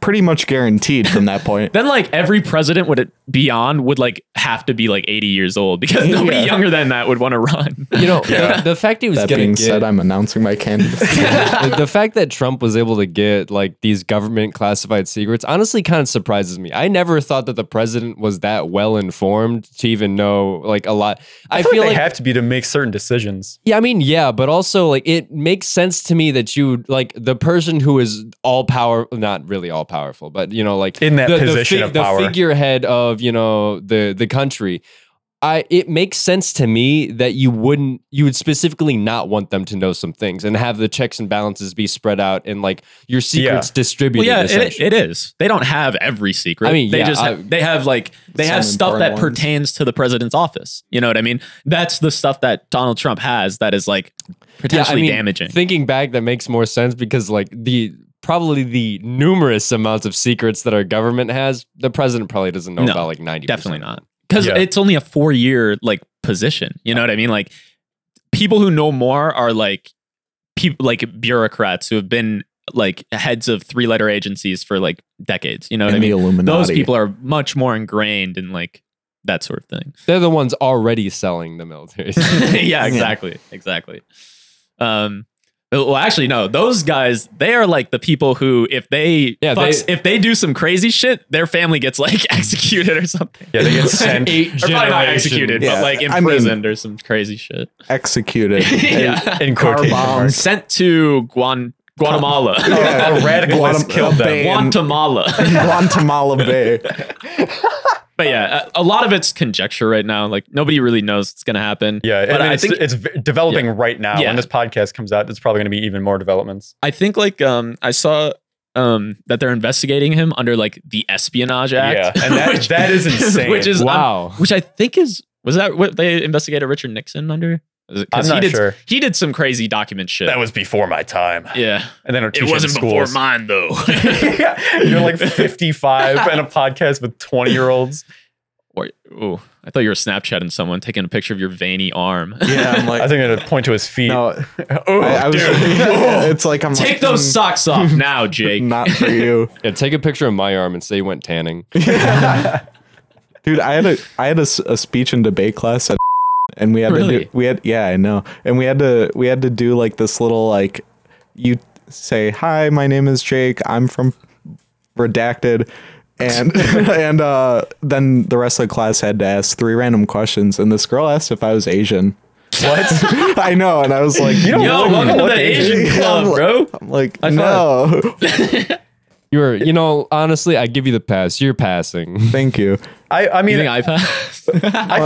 S4: pretty much guaranteed from that point.
S3: Then like every president would it be on would like have to be like 80 years old because nobody
S4: Yeah.
S3: younger than that would want to run.
S1: You know, the, the fact he was
S4: that
S1: gonna
S4: being
S1: get,
S4: said, I'm announcing my candidacy.
S1: the, the fact that Trump was able to get like these government classified secrets honestly kind of surprises me. I never thought that the president was that well informed to even know like a lot. I,
S2: I feel
S1: feel
S2: they
S1: like
S2: have to be to make certain decisions.
S1: yeah, I mean yeah, but also like it makes sense to me that you like the person who is all power, not really all powerful, but you know like
S2: In that
S1: the, the
S2: position
S1: fig-
S2: of power.
S1: the figurehead of you know the the country. I, it makes sense to me that you wouldn't you would specifically not want them to know some things and have the checks and balances be spread out and like your secrets
S3: Well,
S1: distributed.
S3: yeah, it,
S1: essentially.
S3: it is. They don't have every secret.
S1: I mean,
S3: they
S1: yeah,
S3: just
S1: I-
S3: have, they have like they
S4: Some
S3: have stuff that
S4: important ones.
S3: pertains to the president's office. You know what I mean? That's the stuff that Donald Trump has that is like
S1: Yeah, I
S3: potentially
S1: mean,
S3: damaging.
S1: Thinking back, that makes more sense because like the probably the numerous amounts of secrets that our government has, the president probably doesn't know
S3: No,
S1: about like ninety.
S3: Definitely not. Because
S2: Yeah.
S3: it's only a four year like position. You know what I mean? Like people who know more are like people like bureaucrats who have been like heads of three letter agencies for like decades. You know what
S4: in
S3: I
S4: the
S3: mean?
S4: Illuminati.
S3: Those people are much more ingrained in like that sort of thing.
S1: They're the ones already selling the military.
S3: yeah, exactly. Exactly. Um well actually no, those guys, they are like the people who if they,
S1: Yeah, they-
S3: fucks- if they do some crazy shit, their family gets like executed or something.
S2: Yeah, they get sent.
S1: Eight
S3: Or probably not
S1: generations.
S3: executed,
S4: Yeah,
S3: but like
S4: I mean-
S3: imprisoned or some crazy shit.
S4: executed.
S3: yeah.
S2: in
S4: Car
S2: quotation marks.
S4: bombs.
S3: Sent to Guan- Guatemala.
S2: A radicalist
S4: Guatem-
S2: killed them.
S4: Bay and-
S3: Guatemala.
S4: Guantanama Bay.
S3: but yeah, a, a lot of it's conjecture right now. Like nobody really knows what's going to happen.
S2: Yeah,
S3: But
S2: I mean,
S3: I
S2: it's,
S3: think
S2: it's v- developing right now.
S3: Yeah.
S2: When this podcast comes out, there's probably going to be even more developments.
S3: I think like um I saw um that they're investigating him under like the Espionage Act.
S2: Yeah, and that- that is insane.
S3: Which is um,
S1: Wow.
S3: which I think is was that what they investigated Richard Nixon under? Was it- 'cause
S2: I'm
S3: he
S2: not
S3: did,
S2: sure.
S3: He did some crazy document shit.
S2: That was before my time.
S3: yeah.
S2: And then our teacher in schools.
S3: mine though.
S2: Yeah, You're like 55 and a podcast with 20 year olds.
S3: Or, ooh, I thought you were Snapchatting someone, taking a picture of your veiny arm.
S4: Yeah, I'm like,
S2: I think I'm going to point to his feet.
S4: no,
S2: oh,
S4: I, I was.
S2: dude.
S4: it's like I'm
S3: Take
S4: like,
S3: those
S4: mm,
S3: socks off now, Jake.
S4: Not for you.
S1: Yeah, take a picture of my arm and say you went tanning.
S4: Dude, I had a I had a, s- a speech and debate class at and we had to
S3: Really?
S4: do, we had yeah, I know. And we had to we had to do like this little like you say, "Hi, my name is Jake. I'm from redacted." And and uh then the rest of the class had to ask three random questions and this girl asked if I was Asian. What? I know, and I was like,
S2: don't
S3: Yo,
S2: look-
S3: welcome to
S2: look
S3: the
S2: Asian.
S3: Asian
S4: I'm
S3: Club,
S4: like-
S3: bro.
S4: I'm like,
S3: five.
S4: no.
S1: You were, you know, honestly, I give you the pass. You're passing.
S4: Thank you.
S2: I, I
S3: You
S2: mean,
S3: think
S2: I,
S3: I Uh, passed?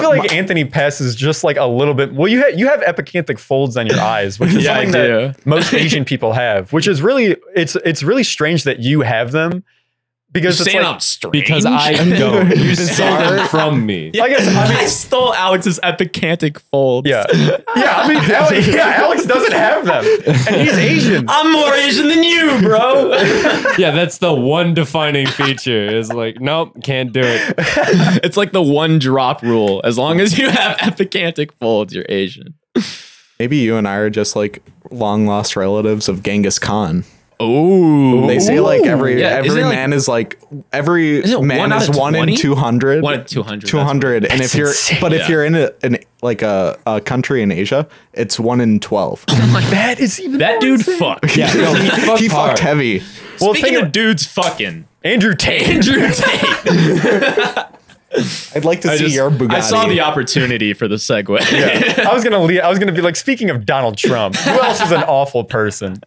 S2: feel like Anthony passes just like a little bit. Well, you, ha- you have epicanthic folds on your eyes, which is
S3: Yeah, I
S2: something
S3: do.
S2: that most Asian people have, which is really, it's it's really strange that you have them because it's
S3: Saying
S2: like,
S3: I'm strange?
S1: Because I don't. You stole them from me.
S2: I guess, I mean,
S3: I stole Alex's epicantic fold.
S2: Yeah. Yeah, I mean, Alex, yeah, Alex doesn't have them. And he's Asian.
S3: I'm more Asian than you, bro.
S1: Yeah, that's the one defining feature. Is like, nope, can't do it.
S3: it's like the one drop rule. As long as you have epicantic folds, you're Asian.
S4: Maybe you and I are just like long lost relatives of Genghis Khan.
S3: Oh,
S4: They say like every
S3: Yeah,
S4: every
S3: isn't it, like-
S4: man is like every
S3: it
S4: man
S3: one out
S4: is
S3: of
S4: one in
S3: 20?
S4: two hundred.
S3: One in 200,
S4: Two hundred. And if you're but if
S3: Yeah.
S4: you're in a, an like a, a country in Asia, it's one in twelve.
S2: That is even
S3: that dude fucked.
S1: Yeah, no, he fucked
S4: he
S1: hard.
S4: fucked heavy.
S2: Well,
S3: Speaking
S2: think
S3: of dudes fucking,
S2: Andrew Tate.
S3: Andrew Tate.
S4: I'd like to
S3: I
S4: see
S3: just-
S4: your Bugatti.
S3: I saw the opportunity for the segue.
S2: I was gonna leave, I was gonna be like, speaking of Donald Trump, who else is an awful person?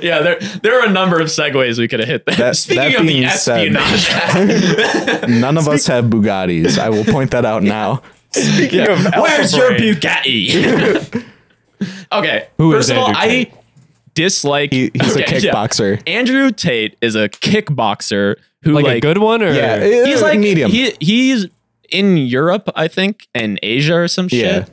S3: yeah, there there are a number of segues we could have hit there.
S4: That-
S3: Speaking
S4: that
S3: of the
S4: being said-
S3: espionage, act,
S4: None of us have Bugattis. I will point that out now.
S2: Speaking of Alpha
S3: where's your
S2: Brain,
S3: Bugatti? okay,
S1: Who
S3: first
S1: is
S3: of all,
S1: Andrew Tate?
S3: I dislike
S4: He, he's a
S3: Okay, yeah.
S4: kickboxer.
S3: Andrew Tate is a kickboxer who
S1: Like,
S3: like,
S1: a good one or
S4: Yeah,
S3: he's like
S4: medium.
S3: He, he's in Europe, I think, and Asia or some shit.
S4: Yeah.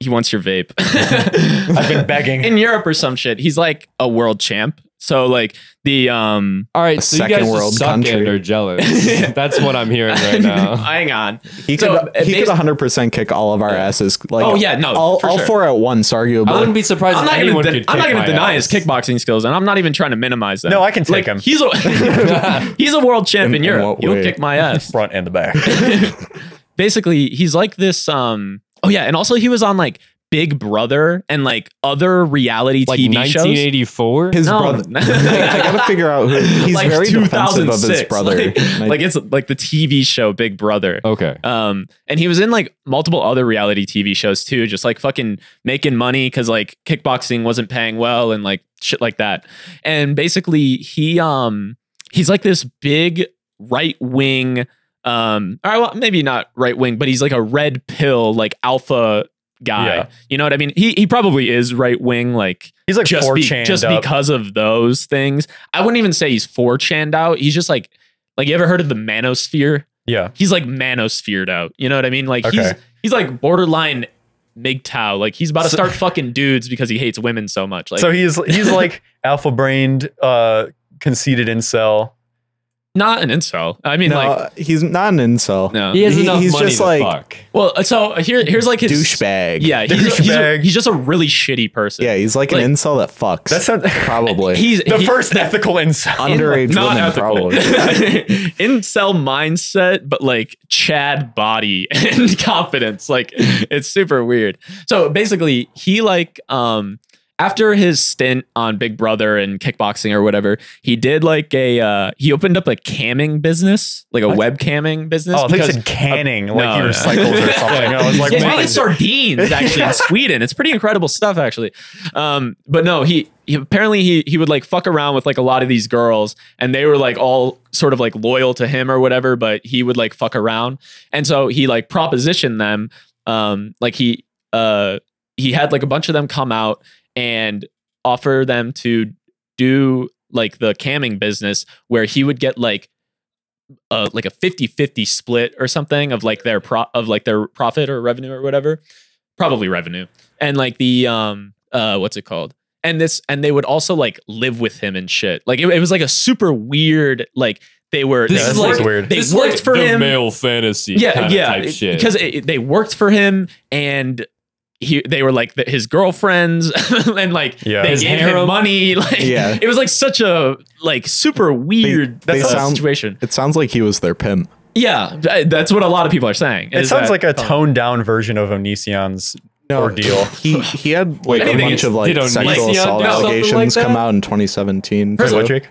S3: He wants your vape.
S2: I've been begging.
S3: in Europe or some shit. He's like a world champ. So like the um
S1: all right, so
S4: Second
S1: you guys
S4: world
S1: just suck
S4: country.
S1: and are jealous. That's what I'm hearing right now.
S3: hang on.
S4: he could
S3: so, uh,
S4: he could
S3: basi-
S4: 100 percent kick all of our asses. Like
S3: Oh, yeah, no,
S4: all,
S3: for
S4: all
S3: sure.
S4: four at once, arguably.
S1: I wouldn't be surprised
S3: I'm
S1: if
S3: not
S1: Uh, anyone
S3: gonna, de-
S1: could.
S3: I'm not
S1: kick
S3: gonna
S1: my
S3: deny
S1: ass.
S3: his kickboxing skills, and I'm not even trying to minimize them.
S2: No, I can take
S3: Like,
S2: him.
S3: He's a he's a world champ in,
S4: In- in
S3: Europe.
S4: what
S3: He'll
S4: way?
S3: kick my ass.
S2: front and the back.
S3: basically he's like this um oh yeah and also he was on like big brother and like other reality
S1: like
S3: tv shows
S1: 1984.
S4: his
S3: No.
S4: brother. I gotta figure out who he's
S3: like
S4: very defensive of his
S3: 2006.
S4: brother.
S3: like,
S4: Like,
S3: like, it's like the tv show big brother
S1: okay.
S3: um and he was in like multiple other reality tv shows too just like fucking making money because like kickboxing wasn't paying well and like shit like that and basically he um he's like this big right wing um or well, maybe not right wing but he's like a red pill like alpha guy
S2: Yeah.
S3: you know what i mean he he probably is right wing like
S2: He's like
S3: just,
S2: four
S3: be-
S2: chan
S3: just because of those things i wouldn't even say he's 4chan out he's just like like you ever heard of the manosphere
S2: Yeah.
S3: he's like manosphered out. You know what I mean? Like he's
S2: Okay.
S3: he's like borderline MGTOW. Like he's about to start fucking dudes because he hates women so much. Like
S2: so he's he's like alpha brained, uh, conceited incel.
S3: not an incel. I mean
S4: no,
S3: like
S4: he's not an incel.
S3: no.
S1: He has
S4: he-
S1: enough
S4: he's
S1: money
S4: just
S1: to
S4: like-
S1: fuck.
S3: Well, uh, so here here's like his
S4: douchebag.
S3: Yeah, he's, he's, a,
S2: Douchebag.
S3: he's just a really shitty person.
S4: yeah, he's like,
S3: Like-
S4: an incel that fucks.
S2: That sounds
S4: probably
S3: he's
S2: the
S3: he-
S2: first ethical incel.
S4: underage
S3: not
S4: women.
S3: ethical.
S4: Probably.
S3: Incel mindset, but like Chad body and confidence. Like it's super weird. So basically, he like um after his stint on Big Brother and kickboxing or whatever, he did like a uh he opened up a camming business, like a web camming business.
S2: Oh, I thought you
S3: because- uh,
S2: said canning, like
S3: no,
S2: he
S3: no.
S2: recycles or something. I was like,
S3: yeah, it's
S2: man,
S3: probably sardines actually in Sweden. It's pretty incredible stuff actually. Um, but no, he, he apparently he he would like fuck around with like a lot of these girls, and they were like all sort of like loyal to him or whatever. But he would like fuck around, and so he like propositioned them. Um, like he uh he had like a bunch of them come out and offer them to do like the camming business where he would get like uh, like a 50-50 split or something of like their pro- of like their profit or revenue or whatever probably revenue and like the um uh what's it called and this and they would also like live with him and shit like it, it was like a super weird like they were
S1: This
S3: they
S1: is
S3: worked-
S1: like-
S2: weird.
S3: they worked for him
S1: male fantasy
S3: yeah yeah
S1: type shit.
S3: because it, it- they worked for him and he, they were like the, his girlfriends and like
S2: Yeah.
S3: they
S1: His
S3: gave him
S1: harem.
S3: money like
S4: Yeah.
S3: it was like such a like super weird
S4: they
S3: uh,
S4: sound-
S3: situation
S4: it sounds like he was their pimp.
S3: yeah, th- that's what a lot of people are saying.
S2: it
S3: is
S2: sounds
S3: that-
S2: like a toned down version of Onision's ordeal.
S4: He he had like a
S1: Anything
S4: bunch
S1: is-
S4: of like
S1: they don't need-
S4: sexual
S1: Like, yeah,
S4: assault
S1: no, something like
S4: allegations come
S1: that.
S4: out in 2017.
S2: Wait,
S4: too.
S2: what, Jake?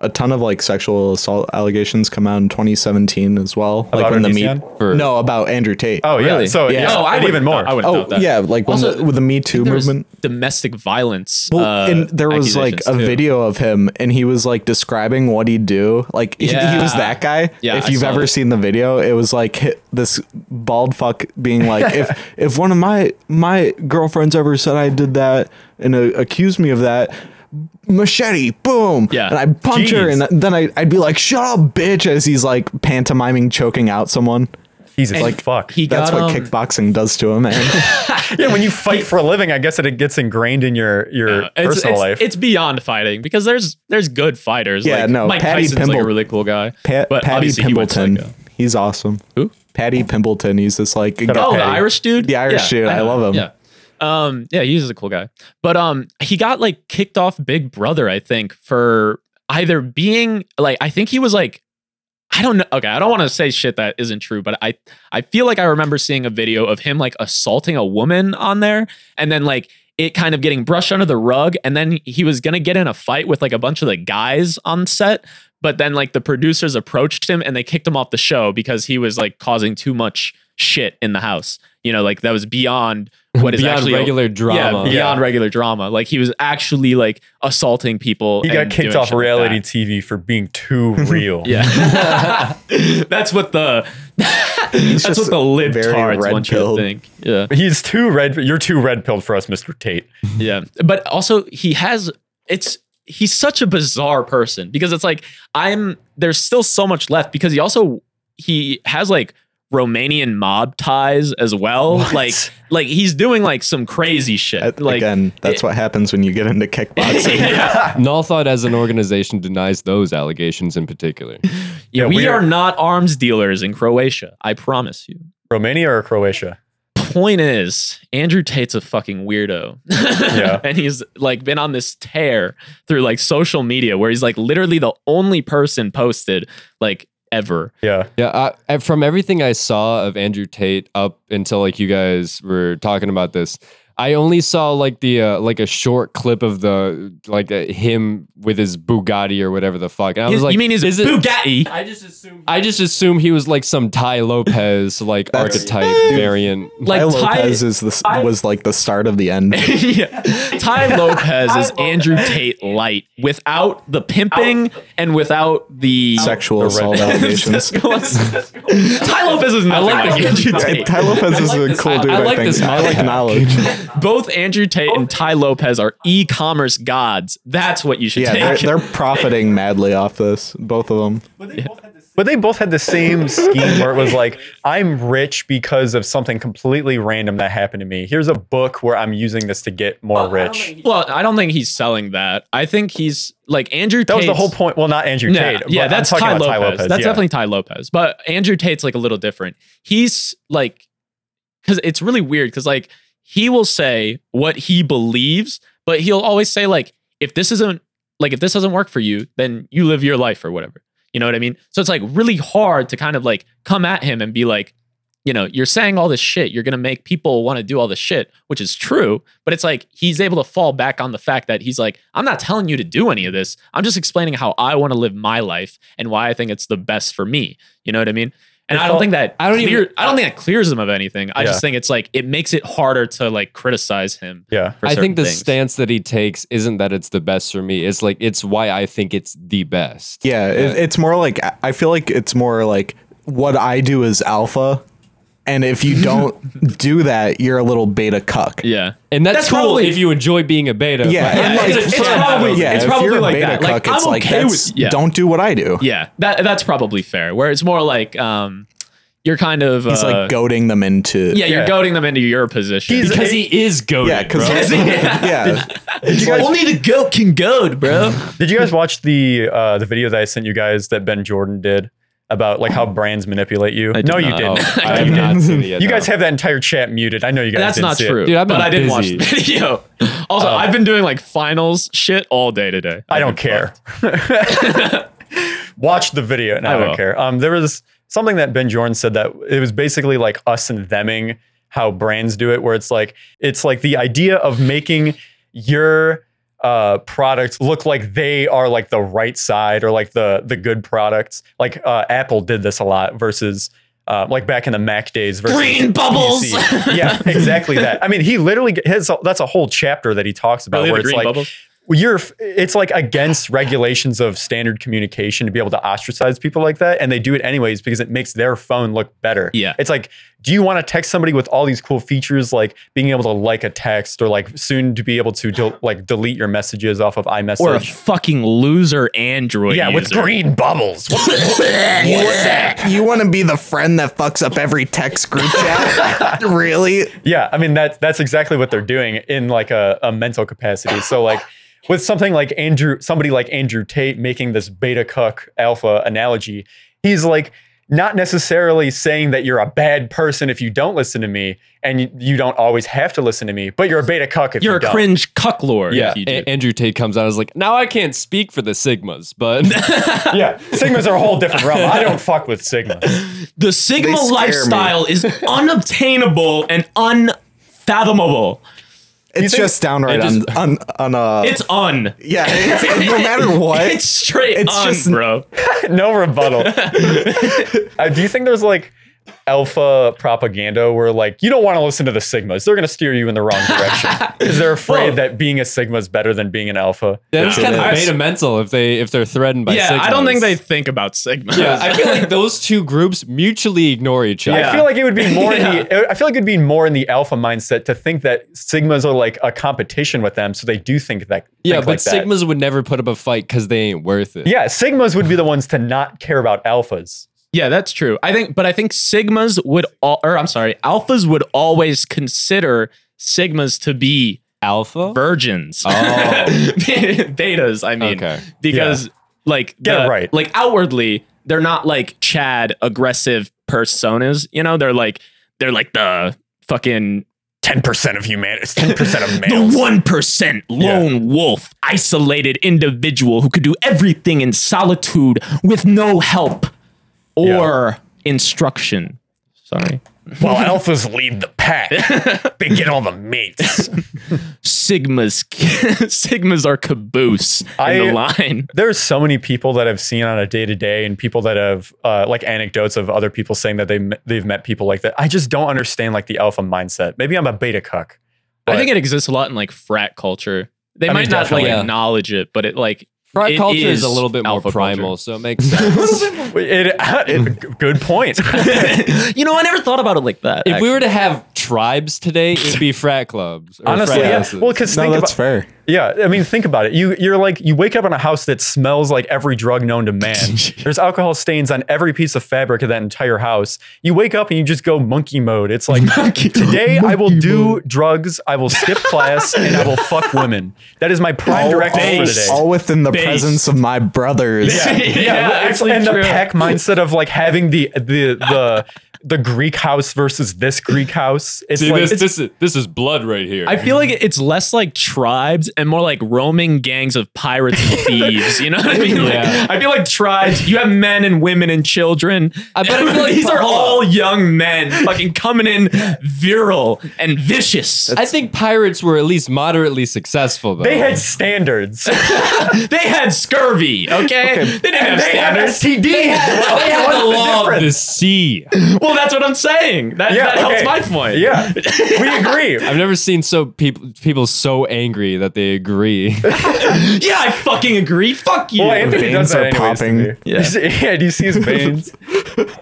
S4: a ton of like sexual assault allegations come out in 2017 as well. like
S2: About
S4: when the
S2: Onision?
S1: For-
S4: no about Andrew Tate.
S2: Oh yeah.
S3: Really?
S2: So
S4: Yeah.
S2: yeah,
S4: Oh,
S3: I
S2: and
S3: would-
S2: even more.
S3: I would-
S4: oh
S3: about that.
S4: yeah, like when
S3: Also,
S4: the, with the Me Too
S3: There was
S4: movement.
S3: domestic violence.
S4: Well,
S3: uh,
S4: and there was like a
S3: accusations, too.
S4: video of him, and he was like describing what he'd do. Like he- he, was
S3: Yeah.
S4: that guy.
S3: Yeah,
S4: if
S3: I
S4: you've
S3: saw
S4: ever
S3: that.
S4: seen the video, it was like hi- this bald fuck being like, if if one of my my girlfriends ever said I did that and uh, accused me of that. Machete, boom!
S3: Yeah.
S4: and I would punch her,
S2: Jeez.
S4: and then I, I'd be like, "Shut up, bitch!" As he's like pantomiming, choking out someone.
S2: He's like fuck.
S3: He
S4: That's
S3: got,
S4: what
S3: um,
S4: kickboxing does to him. And
S2: yeah, when you fight for a living, I guess that it gets ingrained in your your
S3: It's,
S2: personal
S3: it's,
S2: life.
S3: it's beyond fighting because there's there's good fighters.
S4: Yeah,
S3: like,
S4: no,
S3: Mike
S4: Patty
S3: Tyson's like a
S4: Pimble-
S3: really cool guy.
S4: Pat,
S3: but
S4: Patty
S3: obviously he went
S4: Pimbleton,
S3: psycho.
S4: he's awesome.
S3: Who?
S4: Patty Pimbleton. He's this like guy-
S3: Oh, the
S2: Patty.
S3: Irish dude.
S4: The Irish dude, I
S3: know.
S4: love him.
S3: Yeah. Um, yeah, he's a cool guy. But um, he got like kicked off Big Brother, I think, for either being like, I think he was like, I don't know. Okay, I don't want to say shit that isn't true, but I I feel like I remember seeing a video of him like assaulting a woman on there, and then like it kind of getting brushed under the rug, and then he was gonna get in a fight with like a bunch of the guys on set, But then like the producers approached him and they kicked him off the show because he was like causing too much shit in the house. You know, like that was beyond what is
S1: beyond
S3: actually
S1: regular drama.
S3: Yeah, beyond regular drama. Like he was actually like assaulting people.
S2: He got
S3: and
S2: kicked
S3: doing
S2: off
S3: shit like
S2: reality
S3: that.
S2: TV for being too real.
S3: Yeah. that's what the that's what
S4: just
S3: the
S4: very
S3: libtards want you to
S4: red-pilled.
S3: think. Yeah.
S2: He's too red. You're too red pilled for us, Mr. Tate.
S3: Yeah. But also he has it's he's such a bizarre person because it's like I'm there's still so much left because he also he has like Romanian mob ties as well.
S2: What?
S3: Like like he's doing like some crazy shit.
S4: A-
S3: Like
S4: Again, that's what happens when you get into kickboxing.
S1: Null Thought as an organization denies those allegations in particular.
S3: Yeah,
S2: Yeah,
S3: we,
S2: we
S3: are,
S2: are-
S3: not arms dealers in Croatia. I promise you.
S2: Romania or Croatia?
S3: Point is, Andrew Tate's a fucking weirdo.
S2: Yeah.
S3: and he's like been on this tear through like social media where he's like literally the only person posted like ever.
S2: Yeah.
S1: Yeah, I, and from everything I saw of Andrew Tate up until like you guys were talking about this, I only saw like the uh, like a short clip of the like uh, him with his Bugatti or whatever the fuck. And I
S3: You-
S1: was like,
S3: you mean he's
S1: is it-
S3: Bugatti?
S1: I just assumed. I just assumed he was like some Ty Lopez like
S4: That's-
S1: archetype variant.
S3: Like
S4: Ty
S3: Ty-
S4: Lopez is the, s- was like the start of the end.
S3: yeah. Ty Lopez is Andrew Tate light without the pimping and without the
S4: Sexual
S2: The
S4: assault
S2: red-
S4: allegations.
S3: Ty Lopez is nothing
S1: like
S3: like,
S1: this.
S3: Andrew
S4: Ty
S3: Tate.
S4: Ty Lopez is a cool dude.
S1: I
S4: I,
S1: like
S4: think.
S1: this
S4: I like
S1: model.
S4: knowledge.
S3: Both Andrew Tate and Ty Lopez are e-commerce gods. That's what you should
S4: Yeah,
S3: take.
S4: they're, they're profiting madly off this. Both of them.
S2: But they both had the same scheme where it was like, I'm rich because of something completely random that happened to me. Here's a book where I'm using this to get more rich.
S3: well, I don't think he's selling that. I think he's like Andrew.
S2: That was the
S3: Tate's-
S2: whole point. Well, not Andrew
S3: Yeah,
S2: Tate. but
S3: yeah
S2: I'm
S3: that's
S2: talking
S3: Ty
S2: about
S3: Lopez. That's
S2: yeah.
S3: definitely Ty Lopez. But Andrew Tate's like a little different. He's like, because it's really weird. Because like he will say what he believes, but he'll always say like, if this isn't like if this doesn't work for you, then you live your life or whatever. You know what I mean? So it's like really hard to kind of like come at him and be like, you know, you're saying all this shit. You're going to make people want to do all this shit, which is true. But it's like he's able to fall back on the fact that he's like, I'm not telling you to do any of this. I'm just explaining how I want to live my life and why I think it's the best for me. You know what I mean? And I don't think that
S1: I don't even-
S3: I don't think that clears him of anything. I
S2: Yeah.
S3: just think it's like it makes it harder to like criticize him.
S2: Yeah.
S3: For
S1: I think
S3: certain
S1: the
S3: things.
S1: stance that he takes isn't that it's the best for me. It's like it's why I think it's the best.
S4: Yeah, it, it's more like I feel like it's more like what I do is alpha, and if you don't do that, you're a little beta cuck.
S3: Yeah.
S1: and that's,
S3: That's
S1: cool
S3: probably-
S1: if you enjoy being a beta.
S4: Yeah,
S1: but-
S4: and
S3: Yeah,
S4: like,
S3: it's- it's
S4: fuck that.
S3: probably-
S4: yeah,
S3: it's
S4: if
S3: probably
S4: you're a
S3: like
S4: beta
S3: that.
S4: cuck,
S3: Like,
S4: it's
S3: I'm
S4: like
S3: okay with-
S4: that's
S3: yeah.
S4: don't do what I do.
S3: Yeah. That that's probably fair. Where it's more like um you're kind of
S4: He's
S3: uh,
S4: like goading them into
S3: yeah, you're
S2: Yeah.
S3: goading them into your position.
S2: He's-
S1: because he is goaded.
S4: yeah, because
S1: bro.
S4: yeah,
S2: Did you, guys,
S3: the goat can goad, bro.
S2: did you guys watch the uh, the video that I sent you guys that Ben Jordan did about like how brands manipulate you?
S3: I did
S2: no, you
S3: not.
S1: Oh,
S2: didn't. No,
S1: I
S2: you
S1: have
S2: didn't.
S1: not seen it yet.
S2: You
S1: no.
S2: guys have that entire chat muted. I know you guys.
S3: That's
S2: didn't
S3: not
S2: see it.
S3: true.
S1: Dude, I've been
S3: but I did watch
S1: busy.
S3: the video. Also, I've been doing like finals shit all day today.
S2: Um, I
S3: I've
S2: don't
S3: been
S2: care. Watch the video and I,
S3: I will.
S2: don't care. Um, there was something that Ben Jordan said that it was basically like us and theming how brands do it, where it's like it's like the idea of making your uh, product look like they are like the right side or like the the good products. Like uh, Apple did this a lot versus. Uh, like back in the Mac days, versus
S3: Green bubbles.
S2: PC. yeah, exactly that. I mean, he literally g- his that's a whole chapter that he talks about
S3: Really,
S2: where
S3: the
S2: it's like
S3: green bubbles?
S2: you're it's like against regulations of standard communication to be able to ostracize people like that and they do it anyways because it makes their phone look better
S3: Yeah.
S2: it's like do you want to text somebody with all these cool features like being able to like a text or like soon to be able to del- like delete your messages off of imessage
S3: Or a fucking loser Android.
S2: yeah with
S3: user.
S2: green bubbles What the-
S4: you want to be the friend that fucks up every text group chat? really?
S2: Yeah, I mean that's that's exactly what they're doing in like a, a mental capacity. So like with something like Andrew, somebody like Andrew Tate making this beta cuck alpha analogy, he's like not necessarily saying that you're a bad person if you don't listen to me, and you, you don't always have to listen to me, but you're a beta cuck if
S3: You're
S2: you
S3: a
S2: don't.
S3: cringe cuck lord.
S1: Yeah,
S3: if you do.
S1: A- Andrew Tate comes out. I was like, now I can't speak for the Sigmas, but
S2: Yeah, Sigmas are a whole different realm. I don't fuck with Sigma.
S3: the
S4: They
S3: Sigma
S4: scare me.
S3: lifestyle is unobtainable and unfathomable.
S4: It's
S2: think-
S4: just downright
S2: it just-
S4: on on on uh
S3: It's on.
S4: yeah. It's, no matter what,
S3: It's straight
S4: It's
S3: on,
S4: just-
S3: bro.
S2: no rebuttal. Uh, do you think there's like alpha propaganda where like you don't want to listen to the sigmas? They're going to steer you in the wrong direction because they're afraid
S3: Well-
S2: that being a sigma is better than being an alpha.
S1: That's
S3: Yeah.
S1: kind of
S3: I-
S1: beta mental if they if they're threatened by.
S3: yeah, I don't think
S1: signals.
S3: they think about Sigma.
S1: Yeah, I feel like those two groups mutually ignore each other.
S2: I feel like it would be more. in the, I feel like it'd be more in the alpha mindset to think that sigmas are like a competition with them, so they do think that.
S1: Yeah,
S2: think
S1: but
S2: like that.
S1: sigmas would never put up a fight because they ain't worth it.
S2: Yeah, sigmas would be the ones to not care about alphas.
S3: Yeah, that's true. I think, but I think sigmas would all, or I'm sorry, alphas would always consider sigmas to be
S1: Alpha.
S3: virgins.
S1: Oh.
S3: betas, I mean,
S1: Okay.
S3: because like
S2: Get it
S3: the-
S2: right.
S3: like outwardly, they're not like Chad aggressive personas. You know, they're like they're like the fucking
S2: Ten percent of humanity. Ten percent of
S3: the
S2: males.
S3: one percent lone wolf, isolated individual who could do everything in solitude with no help or instruction. Sorry.
S2: While alphas lead the pack, they get all the mates.
S3: Sigmas Sigmas are caboose
S2: I-
S3: in the line.
S2: There's so many people that I've seen on a day to day, and people that have uh, like anecdotes of other people saying that they m- they've met people like that. I just don't understand like the alpha mindset. Maybe I'm a beta cuck.
S3: I
S2: but-
S3: think it exists a lot in like frat culture. They
S2: I mean,
S3: might not like
S2: definitely.
S1: Yeah.
S3: acknowledge it, but it like
S1: Frat
S3: it
S1: culture is, a little bit more
S3: alpha
S1: primal,
S3: culture.
S1: so it makes sense.
S2: It,
S4: Hmm.
S2: it- good point.
S3: you know, I never thought about it like that.
S1: if we were to have tribes today, it'd be frat clubs. or
S2: Honestly,
S1: frat
S2: yeah.
S1: houses.
S2: Well, because
S4: no,
S2: think
S4: that's
S2: about
S4: fair.
S2: yeah. I mean, think about it. You you're like you wake up in a house that smells like every drug known to man. There's alcohol stains on every piece of fabric of that entire house. You wake up and you just go monkey mode. It's like today I will do drugs. I will skip class and I will fuck women. That is my prime directive for
S3: base.
S2: today.
S4: all within the presence of my brothers.
S2: yeah, yeah,
S3: Yeah,
S2: it's-
S3: actually
S2: and
S3: true.
S2: the pack mindset of like having the the the the Greek house versus this Greek house. It's
S1: See,
S2: like
S1: this,
S2: it's-
S1: this, is, this is blood right here.
S3: I feel like it's less like tribes and more like roaming gangs of pirates and thieves. You know what I mean? Like,
S1: Yeah.
S3: I feel like tribes. You have men and women and children.
S1: I- but I feel like-
S3: these are
S1: hold on.
S3: all young men, fucking coming in virile and vicious.
S1: I think pirates were at least moderately successful, though.
S2: they had standards.
S3: they had scurvy. Okay, they didn't have
S2: they have
S3: standards.
S2: STDs.
S1: they had the Oh, law of the sea.
S3: Well, that's what I'm saying. That, that helps
S2: okay.
S3: my point.
S2: Yeah, we agree.
S1: I've never seen so people people so angry that they agree.
S3: Yeah, I fucking agree. Fuck you.
S2: Well, Anthony
S4: veins
S2: does that
S4: are
S2: anyways to
S4: popping.
S2: me.
S3: Yeah.
S2: yeah, do you see his veins?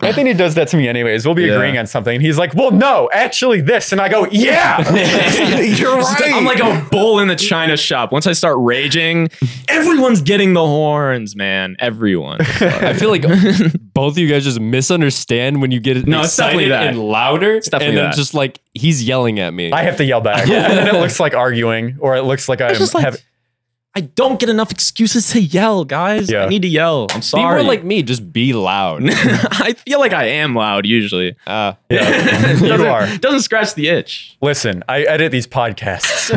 S2: Anthony does that to me anyways. We'll be
S3: Yeah.
S2: agreeing on something, and he's like, "Well, no, actually, this," and I go, "Yeah."
S4: You're right.
S3: I'm like a bull in the china shop. Once I start raging, everyone's getting the horns, man. Everyone.
S1: I feel like both of you guys just misunderstand when you get
S3: No, it's
S1: excited
S3: definitely that.
S1: and louder, it's
S3: definitely
S1: and then
S3: that.
S1: just like he's yelling at me.
S2: I have to yell back, and then it looks like arguing, or it looks like I'm
S3: just like-
S2: have-
S3: I don't get enough excuses to yell, guys.
S2: Yeah.
S3: I need to yell.
S1: be
S3: I'm
S1: more
S3: sorry.
S1: like me. Just be loud.
S3: I feel like I am loud usually.
S1: Uh,
S2: yeah, you
S3: Doesn't-
S2: are.
S3: Doesn't scratch the itch.
S2: Listen, I edit these podcasts.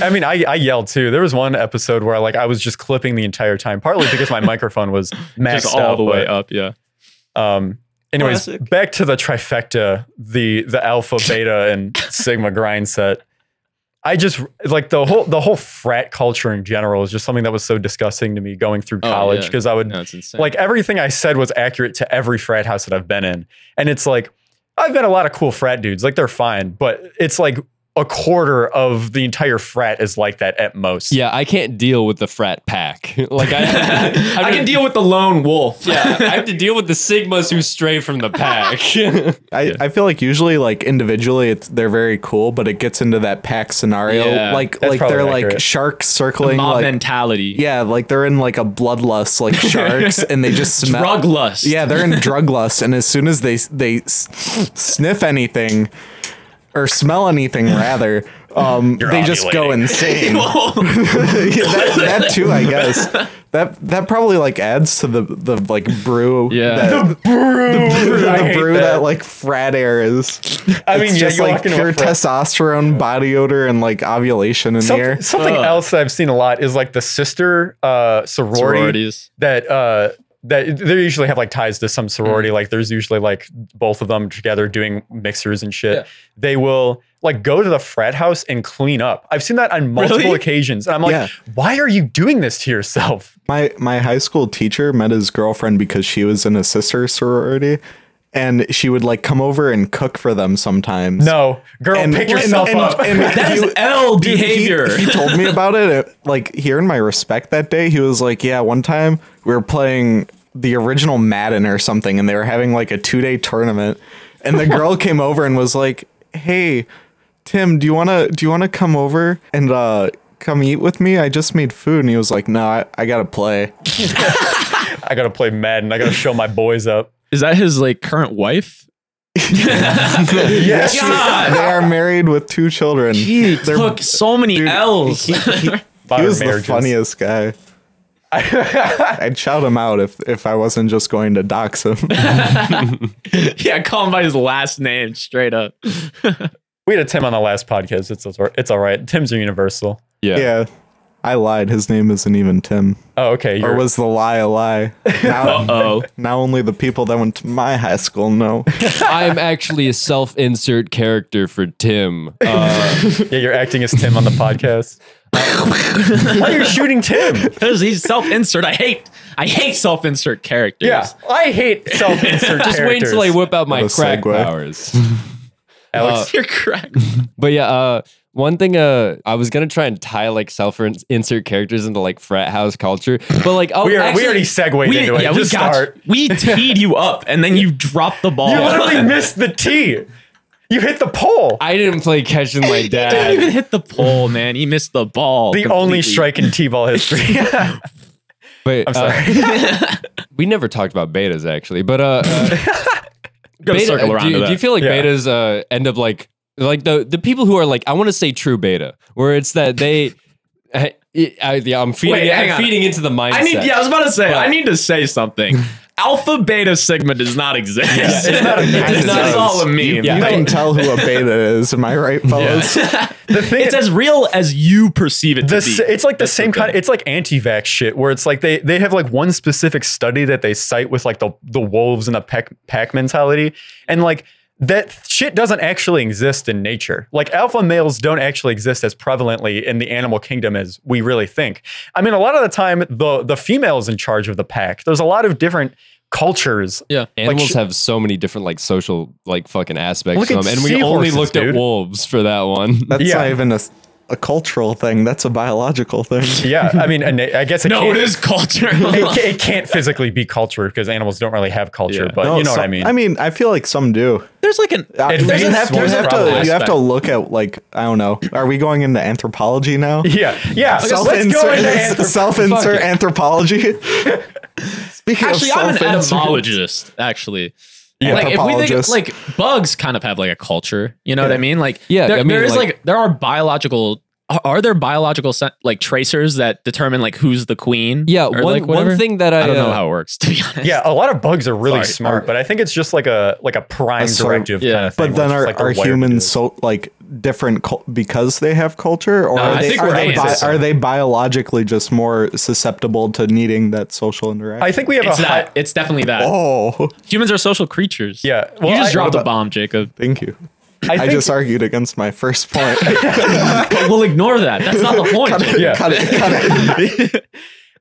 S2: I mean, I, I yelled too. There was one episode where like I was just clipping the entire time, partly because my microphone was maxed
S3: Just all
S2: out,
S3: the
S2: but-
S3: way up. Yeah.
S2: Um, anyways,
S3: Classic.
S2: back to the trifecta, the the alpha, beta, and sigma grind set. I just like the whole the whole frat culture in general is just something that was so disgusting to me going through
S3: Oh,
S2: college
S3: yeah.
S2: because I would
S3: No, it's insane.
S2: like everything I said was accurate to every frat house that I've been in, and it's like I've met a lot of cool frat dudes, like they're fine, but it's like a quarter of the entire frat is like that at most.
S1: yeah, I can't deal with the frat pack. like I,
S3: I,
S1: I
S3: can deal with the lone wolf.
S1: Yeah, I have to deal with the sigmas who stray from the pack.
S4: I, I feel like usually like individually it's they're very cool, but it gets into that pack scenario.
S3: Yeah,
S4: like
S2: that's
S4: like
S2: probably
S4: they're
S2: accurate.
S4: like sharks
S3: Mob
S4: circling like
S3: mentality.
S4: yeah, like they're in like a bloodlust like sharks and they just smell
S3: Drug lust.
S4: Yeah, they're in drug lust and as soon as they they s- sniff anything or smell anything rather, um they just go
S2: ovulating.
S4: insane. Yeah, that, that too, I guess. That that probably like adds to the the like brew.
S3: Yeah.
S4: that- the brew,
S2: I
S4: the
S2: hate
S4: brew that.
S2: that.
S4: like frat air is.
S2: I mean,
S4: it's
S2: yeah,
S4: just
S2: you
S4: like
S2: walk into a
S4: pure
S2: frat-
S4: testosterone, body odor, and like ovulation in
S2: Some-
S4: the air.
S2: Something
S3: Ugh.
S2: else I've seen a lot is like the sister uh, sorority
S3: Sororities.
S2: that uh, that they usually have like ties to some sorority.
S3: Mm-hmm.
S2: Like there's usually like both of them together doing mixers and shit.
S3: Yeah.
S2: They will like go to the frat house and clean up. I've seen that on multiple
S3: Really?
S2: occasions, and I'm like,
S4: Yeah.
S2: why are you doing this to yourself?
S4: My my high school teacher met his girlfriend because she was in a sister sorority, and she would like come over and cook for them sometimes.
S2: No, girl, pick yourself up.
S3: That is L
S4: Dude, he-
S3: behavior.
S4: He, told me about it. it- Like hearing my respect that day, he was like, "Yeah, one time we were playing the original Madden or something, and they were having like a two day tournament, and the girl came over and was like, "Hey, Tim, do you wanna do you wanna come over and uh come eat with me? I just made food." And he was like, "No, I, I gotta play."
S2: I gotta play Madden. I gotta show my boys up.
S3: Is that his like current wife?
S2: Yes.
S3: God,
S4: they are married with two children.
S3: he
S4: They're-
S3: took so many
S4: dude,
S3: L's.
S4: He, he-
S2: By
S4: he
S2: our
S4: was the
S2: marriages.
S4: funniest guy. I'd shout him out if if I wasn't just going to dox him.
S3: yeah, call him by his last name straight up.
S2: We had a Tim on the last podcast. It's it's all right. Tim's are universal.
S1: Yeah.
S4: yeah. I lied. His name isn't even Tim.
S2: Oh, okay.
S4: Or
S2: You're,
S4: was the lie a lie? Now,
S3: Oh,
S4: now only the people that went to my high school know.
S1: I'm actually a self-insert character for Tim. Uh,
S2: yeah, you're acting as Tim on the podcast. Why are you shooting Tim?
S3: because he's self-insert. I hate. I hate self-insert characters.
S2: Yeah, I hate self-insert
S1: just wait until I
S2: characters.
S1: whip out my
S4: What a
S1: crack
S4: segue.
S1: powers.
S2: Alex,
S3: You're correct.
S1: But yeah, uh, one thing uh, I was gonna try and tie like self insert characters into like frat house culture, but like oh,
S2: we, are,
S1: actually-
S2: we already segued
S3: We,
S2: into it.
S3: yeah, we
S2: just
S3: got
S2: start.
S3: you. we teed you up, and then you dropped the ball.
S2: You literally missed the T. You hit the pole.
S1: I didn't play catching my
S3: didn't even
S1: dad.
S3: hit the pole, man. He missed the ball.
S2: the only
S3: completely.
S2: strike in T-ball history.
S1: But uh, we never talked about betas actually. But uh, uh, beta- uh,
S3: Gotta circle around
S1: do,
S3: to
S1: you- do you
S3: that.
S1: feel like
S2: Yeah.
S1: betas uh, end up like like the the people who are like I want to say true beta, where it's that they. I, I, yeah, I'm feeding.
S3: Wait, hang
S1: I'm
S3: on.
S1: feeding into the mindset.
S3: I need. Yeah, I was about to say. I need to say something. Alpha, beta, sigma does not exist.
S2: it's not a-
S3: This
S2: it
S3: is
S2: does.
S3: all a meme.
S4: You
S1: Yeah.
S4: can tell who a beta is. Am I right, fellas?
S2: the thing
S3: It's as real as you perceive it to
S2: the,
S3: be.
S2: s- it's like the same kind. It's like anti-vax shit, where it's like they they have like one specific study that they cite with like the the wolves and the pack pack mentality, and like that shit doesn't actually exist in nature. Like alpha males don't actually exist as prevalently in the animal kingdom as we really think. I mean, a lot of the time the the female is in charge of the pack. There's a lot of different cultures.
S3: yeah.
S1: Animals
S2: sh-
S1: have so many different like social like fucking aspects
S2: Look
S1: to
S2: at
S1: them, and we only
S2: seahorses,
S1: looked at
S2: dude.
S1: wolves for that one.
S4: That's
S2: Yeah.
S4: not even a, s- a cultural thing. That's a biological thing.
S2: Yeah, I mean, and I guess it
S3: No,
S2: can't,
S3: it is culture.
S2: It, ca- it can't physically be culture because animals don't really have culture,
S3: Yeah.
S2: but
S4: No,
S2: you know what I
S4: some-
S2: mean.
S4: I mean, I feel like some do.
S3: There's like an.
S4: Uh,
S2: At
S4: you,
S2: least
S4: have to, you,
S2: one
S4: have to,
S2: probably.
S4: you have to look at like I don't know. Are we going into anthropology now?
S2: yeah, yeah. Let's go
S4: Self-insert,
S2: into anthropology.
S1: Fuck
S4: self-insert
S1: it.
S4: anthropology. Speaking
S3: Actually,
S4: of
S3: I'm an
S4: self-insert-
S3: etymologist. Actually.
S2: Yeah.
S3: Like if we think
S4: Anthropologist.
S3: like bugs kind of have like a culture, you know what I mean? Like
S1: Yeah,
S3: there,
S1: I mean,
S3: there is
S1: like-
S3: like, there are biological are- are there biological sen- like tracers that determine like who's the queen?
S1: Yeah,
S3: or,
S1: one,
S3: like, whatever?
S1: one thing that I,
S3: I don't know
S1: uh,
S3: how it works to be honest.
S2: Yeah, a lot of bugs are really
S3: Sorry.
S2: smart, but I think it's just like a like a prime
S4: A sort-
S2: directive
S3: yeah.
S2: kind of thing.
S4: But
S2: where
S4: then
S2: it's
S4: are,
S2: just like
S4: are
S2: they're wired to do
S4: humans
S2: it.
S4: so like different cul- because they have culture, or
S3: No,
S4: are
S3: I
S4: they
S3: think
S4: are
S3: we're
S4: they, bi-
S3: ancestors.
S4: are they biologically just more susceptible to needing that social interaction?
S2: I think we have
S3: It's
S2: a high,
S3: that. It's definitely that.
S4: oh,
S3: Humans are social creatures.
S2: yeah.
S3: you just
S2: I,
S3: dropped a bomb, Jacob.
S4: thank you.
S2: I,
S4: I,
S2: think,
S4: just argued against my first point.
S3: But we'll ignore that. That's not the point. Jacob.
S2: Yeah.
S4: cut it, cut it.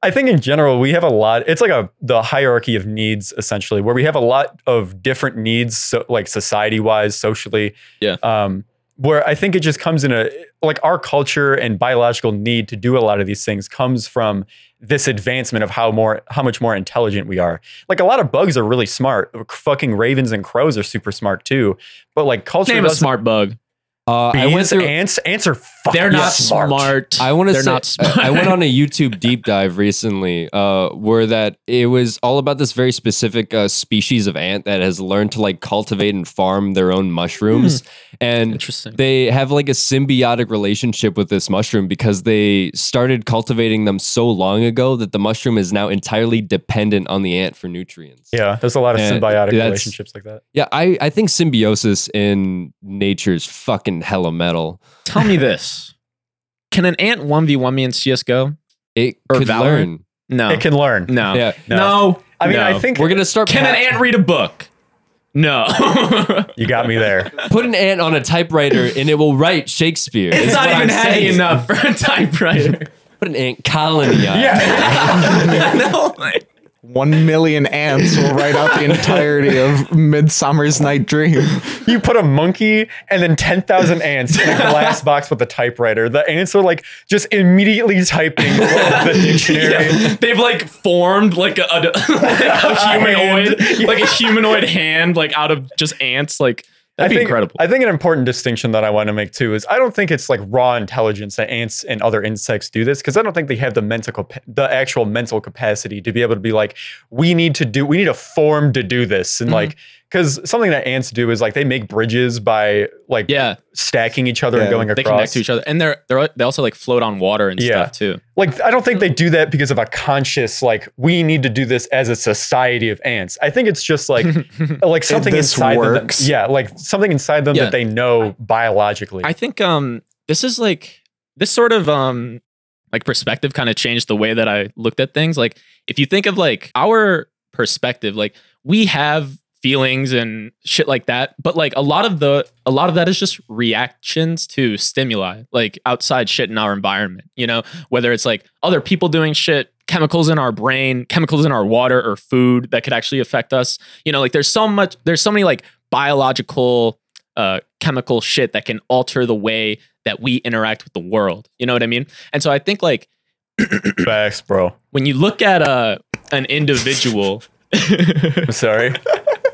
S2: I think in general we have a lot. It's like a the hierarchy of needs essentially, where we have a lot of different needs, so, like society wise, socially.
S3: Yeah.
S2: Um, where I think it just comes in a like our culture and biological need to do a lot of these things comes from this advancement of how more how much more intelligent we are. Like a lot of bugs are really smart. Fucking ravens and crows are super smart too. But like culture
S3: Name a
S2: doesn't
S3: smart bug.
S1: Uh, I went
S2: Bees,
S1: through.
S2: ants, ants are fucking
S3: They're not
S2: smart.
S3: smart.
S1: I want to
S3: They're
S1: say
S3: not smart.
S1: I I went on a YouTube deep dive recently, uh, where that it was all about this very specific uh, species of ant that has learned to like cultivate and farm their own mushrooms, and
S3: Hmm. Interesting.
S1: they have like a symbiotic relationship with this mushroom because they started cultivating them so long ago that the mushroom is now entirely dependent on the ant for nutrients.
S2: Yeah, there's a lot of
S1: Yeah,
S2: symbiotic
S1: that's-
S2: relationships like that.
S1: Yeah, I, I think symbiosis in nature's fucking hella metal.
S3: Tell me this. Can an ant 1v1 me in CS:GO?
S1: It
S3: Or
S1: could
S3: Valorant?
S1: learn.
S3: No.
S2: It can learn.
S3: no.
S1: Yeah.
S3: No.
S2: I mean,
S3: No.
S2: I think
S1: We're gonna start
S3: Can an
S1: pa-
S3: ant read a book? No.
S2: you got me there.
S1: put an ant on a typewriter and it will write Shakespeare.
S3: it's
S1: is
S3: not
S1: what I'm
S3: even heady
S1: saying.
S3: enough for a typewriter.
S1: Put an ant colony on. it.
S2: yeah.
S3: no.
S4: One million ants will write out the entirety of Midsummer's Night Dream.
S2: You put a monkey and then 10,000 ants in a glass box with a typewriter. The ants are like just immediately typing the dictionary.
S3: Yeah. They've like formed like a, a- like a humanoid,
S2: hand.
S3: like a humanoid hand, like out of just ants. Like that'd be
S2: think,
S3: incredible.
S2: I think an important distinction that I want to make too is I don't think it's like raw intelligence that ants and other insects do this because I don't think they have the mental, capa- the actual mental capacity to be able to be like, we need to do, we need a form to do this,
S3: Mm-hmm.
S2: and like, because something that ants do is like they make bridges by like
S3: yeah,
S2: stacking each other and
S4: Yeah.
S2: going
S3: they
S2: across.
S3: connect to each other, and they're they're they also like float on water and
S2: Yeah.
S3: stuff too.
S2: Like I don't think they do that because of a conscious like we need to do this as a society of ants. I think it's just like like something
S4: this
S2: inside
S4: works.
S2: them. That, yeah, like something inside them
S3: Yeah.
S2: that they know biologically.
S3: I think um this is like this sort of um like perspective kind of changed the way that I looked at things. Like if you think of like our perspective, like we have feelings and shit like that, but like a lot of the a lot of that is just reactions to stimuli, like outside shit in our environment, you know, whether it's like other people doing shit, chemicals in our brain, chemicals in our water or food that could actually affect us. You know, like there's so much there's so many like biological uh, chemical shit that can alter the way that we interact with the world. You know what I mean? And so I think like
S2: Facts, bro.
S3: when you look at a an individual,
S2: I'm sorry.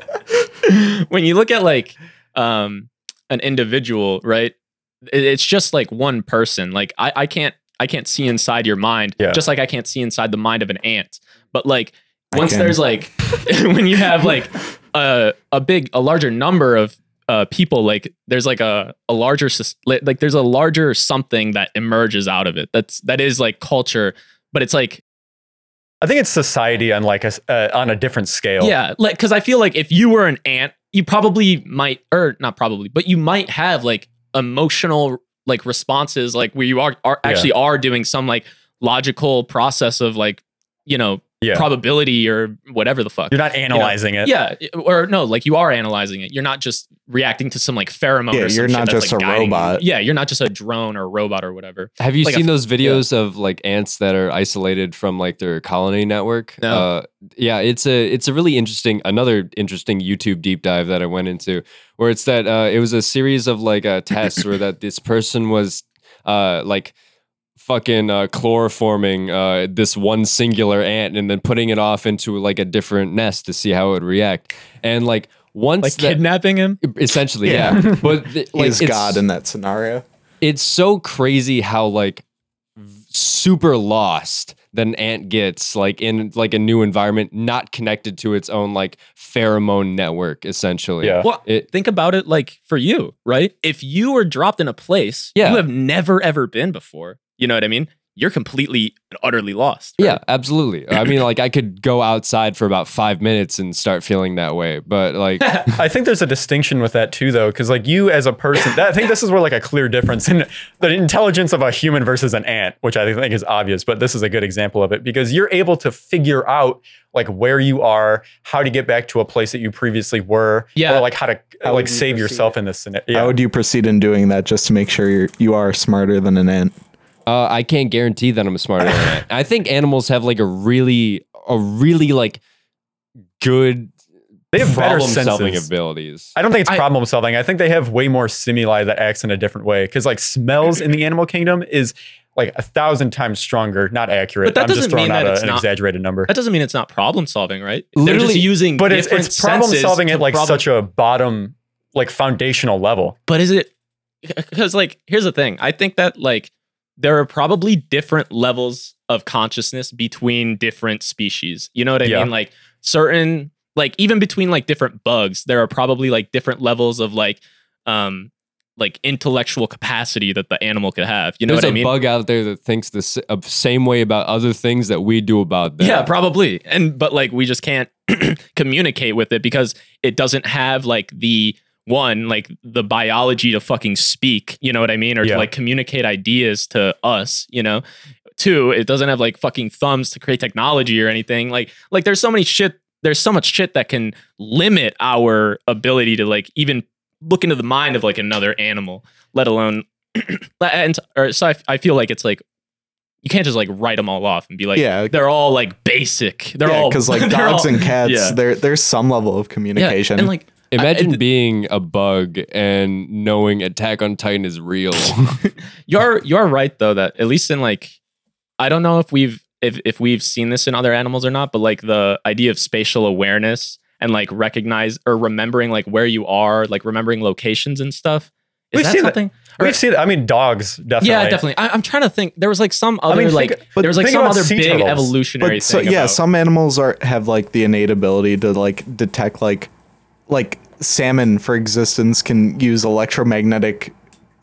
S3: when you look at like um, an individual, right? it- It's just like one person. Like I, I can't I can't see inside your mind,
S2: Yeah.
S3: just like I can't see inside the mind of an ant. But like
S4: I
S3: once
S4: can.
S3: there's like when you have like a a big a larger number of uh, people like there's like a a larger sus- li- like there's a larger something that emerges out of it that's that is like culture but it's like
S2: I think it's society on like a s- uh, on a different scale.
S3: Yeah, like because I feel like if you were an ant, you probably might, or not probably, but you might have like emotional like responses, like where you are, are
S2: Yeah.
S3: actually are doing some like logical process of like you know
S2: Yeah.
S3: probability or whatever the fuck.
S2: You're not analyzing it.
S3: yeah, or no, like you are analyzing it. You're not just reacting to some like pheromone.
S4: Yeah,
S3: or some
S4: you're
S3: shit
S4: not
S3: that's,
S4: just
S3: like,
S4: a
S3: guiding you.
S4: robot.
S3: Yeah, you're not just a drone or robot or whatever.
S1: Have you
S3: Like a-
S1: seen those videos of like ants that are isolated from like their colony network?
S3: No.
S1: Uh, yeah, it's a it's a really interesting another interesting YouTube deep dive that I went into where it's that uh, it was a series of like uh, tests where that this person was uh, like fucking uh, chloroforming uh, this one singular ant and then putting it off into like a different nest to see how it would react and like once
S3: Like
S1: that,
S3: kidnapping him.
S1: essentially yeah, but th-
S4: He
S1: like
S4: is
S1: it's-
S4: God in that scenario.
S1: it's so crazy how like v- super lost that an ant gets like in like a new environment not connected to its own like pheromone network essentially
S2: Yeah.
S3: Well,
S1: It-
S3: think about it like for you, right? If you were dropped in a place
S1: Yeah.
S3: you have never ever been before, you know what I mean? You're completely and utterly lost. right?
S1: yeah absolutely i mean like i could go outside for about five minutes and start feeling that way but like
S2: I think there's a distinction with that too, though, because like you as a person, that, I think this is where like a clear difference in the intelligence of a human versus an ant, which I think is obvious, but this is a good example of it because you're able to figure out like where you are, how to get back to a place that you previously were,
S3: Yeah.
S2: or like how to
S4: How
S2: like
S4: would you
S2: save
S4: proceed?
S2: yourself in this scenario.
S4: How would you proceed in doing that just to make sure you're, you are smarter than an ant?
S1: Uh, I can't guarantee that I'm smarter than that. I think animals have like a really, a really like good
S2: they have better
S1: problem solving
S2: senses.
S1: abilities.
S2: I don't think it's
S3: I-
S2: problem solving. I think they have way more stimuli that acts in a different way. Because like smells in the animal kingdom is like a thousand times stronger, not accurate.
S3: But that
S2: I'm
S3: doesn't
S2: just throwing
S3: mean
S2: out
S3: that
S2: a-
S3: it's
S2: an
S3: not-
S2: exaggerated number.
S3: That doesn't mean it's not problem solving, right? They're just
S1: Literally,
S3: using
S2: But it's,
S3: different
S2: it's problem
S3: senses
S2: solving
S3: to
S2: at like
S3: problem-
S2: such a bottom, like foundational level.
S3: But is it because like here's the thing. I think that like there are probably different levels of consciousness between different species. You know what I
S2: Yeah.
S3: mean? Like certain like even between like different bugs, there are probably like different levels of like um like intellectual capacity that the animal could have. You know
S1: There's
S3: what
S1: a
S3: I mean?
S1: bug out there that thinks the s- uh, same way about other things that we do about them.
S3: Yeah, probably. And but like we just can't communicate with it because it doesn't have like the one like the biology to fucking speak, you know what I mean, or
S2: Yeah.
S3: to like communicate ideas to us, you know. two, it doesn't have like fucking thumbs to create technology or anything. Like like there's so many shit. There's so much shit that can limit our ability to like even look into the mind of like another animal, let alone. and or so I, I feel like it's like you can't just like write them all off and be like
S4: Yeah.
S3: they're all like basic. They're
S4: yeah,
S3: all
S4: because like
S3: they're
S4: dogs
S3: all-
S4: and cats,
S3: yeah.
S4: there there's some level of
S3: yeah,
S4: communication.
S3: and like
S1: Imagine
S3: I-
S1: being a bug and knowing Attack on Titan is real.
S3: You're you're right though that at least in like I don't know if we've if if we've seen this in other animals or not, but like the idea of spatial awareness and like recognize or remembering like where you are, like remembering locations and stuff. Is
S2: We've
S3: that
S2: seen that.
S3: something?
S2: We've seen. I mean, dogs definitely.
S3: Yeah, definitely. I, I'm trying to think. There was like some other
S2: mean, think-
S3: like
S2: but
S3: there was like
S2: think
S3: some
S2: about
S3: other
S2: sea
S3: big
S2: turtles.
S3: evolutionary
S4: but so
S3: thing.
S4: yeah,
S3: about-
S4: some animals are have like the innate ability to like detect like like salmon for existence can use electromagnetic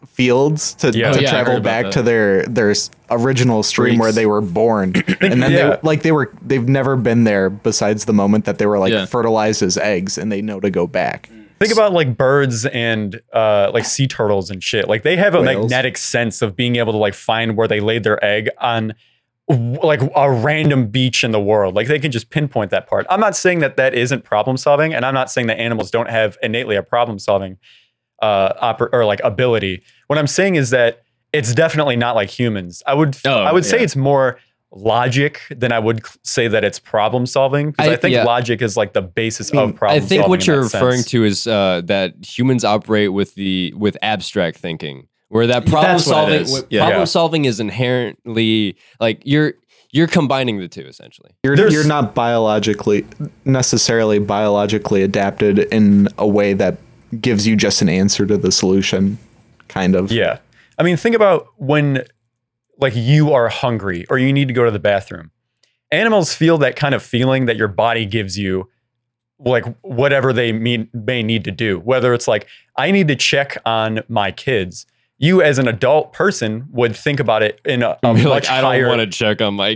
S4: fields to,
S2: Yeah.
S4: to
S2: Oh,
S3: yeah, I
S4: travel
S3: heard about
S4: back
S3: that.
S4: to their their s- original stream where
S3: Freaks.
S4: they were born and then
S2: Yeah.
S4: they like they were they've never been there besides the moment that they were like
S3: Yeah.
S4: fertilized as eggs and they know to go back
S2: Think about like birds and uh, like sea turtles and shit. Like they have a
S4: Whales.
S2: magnetic sense of being able to like find where they laid their egg on w- like a random beach in the world. Like they can just pinpoint that part. I'm not saying that that isn't problem solving, and I'm not saying that animals don't have innately a problem solving uh, oper- or like ability. What I'm saying is that it's definitely not like humans. I would
S3: Oh,
S2: I would say
S3: yeah.
S2: it's more logic than I would c- say that it's problem solving because I,
S1: I-
S2: think
S1: yeah.
S2: logic is like the basis
S4: I mean,
S2: of problem.
S1: I think what
S2: solving in
S1: you're
S2: that sense.
S1: referring to is uh, that humans operate with the with abstract thinking, where that problem
S3: That's what it
S1: solving
S3: is.
S1: what-
S3: Yeah.
S1: problem
S2: Yeah.
S1: solving is inherently like you're you're combining the two essentially.
S4: you're,
S2: There's-
S4: you're not biologically necessarily biologically adapted in a way that gives you just an answer to the solution kind of
S2: Yeah. I mean, think about when like you are hungry or you need to go to the bathroom. Animals feel that kind of feeling that your body gives you like whatever they mean, may need to do. Whether it's like I need to check on my kids. You as an adult person would think about it in a, a much
S1: You're like I don't
S2: higher
S1: want to check on my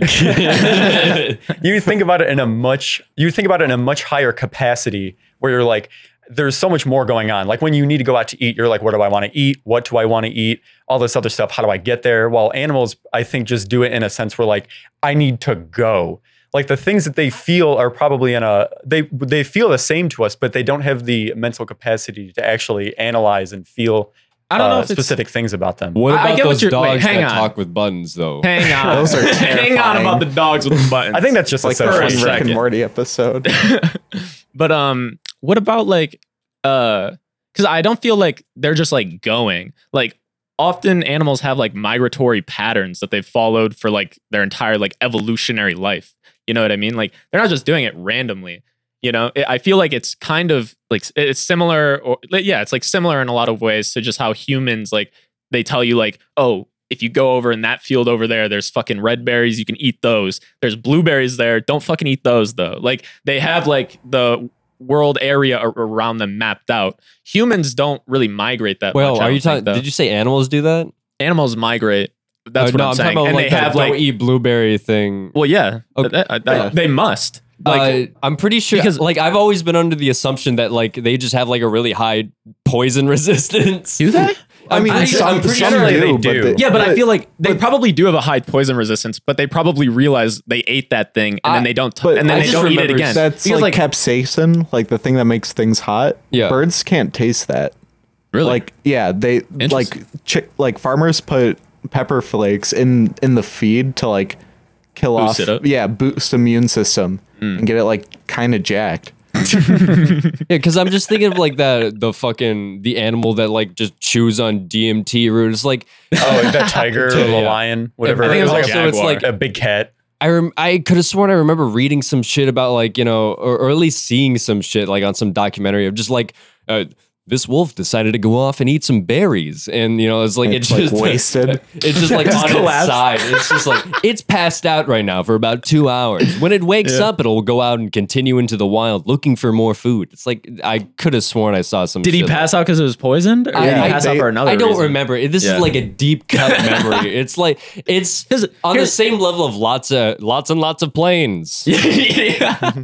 S1: kid.
S2: you think about it in a much you think about it in a much higher capacity where you're like there's so much more going on like when you need to go out to eat you're like what do i want to eat what do i want to eat all this other stuff how do i get there while animals i think just do it in a sense where like i need to go like the things that they feel are probably in a they they feel the same to us but they don't have the mental capacity to actually analyze and feel
S3: I don't know
S2: uh,
S3: if it's-
S2: specific things about them
S1: what
S3: I- I
S1: about
S3: get what
S1: those
S3: you're- wait,
S1: dogs
S3: hang
S1: that
S3: on.
S1: talk with buttons though?
S3: hang on.
S4: Those are
S3: hang on
S4: terrifying.
S3: about the dogs with the buttons.
S2: i think that's just
S4: like
S2: a
S4: the
S3: for a
S2: separate-
S4: first Rick
S3: second.
S4: and Morty episode.
S3: But um, what about like uh? Because I don't feel like they're just like going. Like often animals have like migratory patterns that they've followed for like their entire like evolutionary life. You know what I mean? Like they're not just doing it randomly. You know, I I feel like it's kind of like s- it's similar, or like, yeah, it's like similar in a lot of ways to just how humans like they tell you like, oh, if you go over in that field over there, there's fucking red berries, you can eat those. There's blueberries there, don't fucking eat those though. Like they have like the world area ar- around them mapped out. Humans don't really migrate that
S1: Well,
S3: much.
S1: are you talking? Did you say animals do that?
S3: animals migrate? That's
S1: Uh,
S3: what
S1: no,
S3: I'm,
S1: I'm
S3: saying.
S1: talking about
S3: And
S1: like
S3: they
S1: that
S3: have
S1: don't
S3: like,
S1: eat blueberry thing.
S3: well, yeah,
S1: Okay.
S3: That- that- that-
S4: Yeah.
S3: they must. Like,
S1: uh, I'm pretty sure
S3: because-
S1: because like I've always been under the assumption that like they just have like a really high poison resistance.
S3: do they?
S4: I mean,
S1: pretty-
S4: some,
S1: I'm pretty
S4: some
S1: sure
S4: do,
S2: they
S4: but
S2: do.
S4: the-
S3: Yeah, but, I feel like they probably do have a high poison resistance, but they probably realize they ate that thing and then
S1: I-
S3: they don't, t-
S4: but
S3: and then
S4: I
S3: they
S1: just
S3: don't eat it
S1: remember
S3: again.
S4: that's
S3: Because,
S4: like, capsaicin, like the thing that makes things hot.
S1: Yeah.
S4: birds can't taste that.
S3: really,
S4: Like, yeah, they
S3: Interesting.
S4: like chick, like farmers put pepper flakes in in the feed to like kill
S3: Boost
S4: off,
S3: it up. Hmm.
S4: yeah, boost immune system and get it like kind of jacked.
S1: Yeah, because I'm just thinking of like that the fucking the animal that like just chews on DMT root. It's like
S2: oh the tiger or the
S1: Yeah.
S2: lion whatever
S1: I think
S2: It
S1: it was
S2: was like
S1: also it's
S2: a-
S1: like
S2: a big cat
S1: I rem- I could have sworn I remember reading some shit about like you know or, or at least seeing some shit like on some documentary of just like uh, this wolf decided to go off and eat some berries and you know it's like
S4: It's
S1: it's
S4: like
S1: just
S4: wasted.
S1: It's just like on its
S3: collapsed.
S1: side. It's just like it's passed out right now for about two hours. When it wakes up, it'll go out and continue into the wild looking for more food. It's like I could have sworn I saw some.
S3: did he
S1: shit like-
S3: pass out because it was poisoned, or did
S1: I-
S3: he
S1: I-
S3: pass out
S4: they-
S3: for another?
S1: I don't
S3: reason?
S1: remember. This
S3: Yeah.
S1: is like a deep cut memory. It's like it's
S3: 'Cause
S1: on the
S3: here's-
S1: same level of lots of lots and lots of planes.
S3: yeah.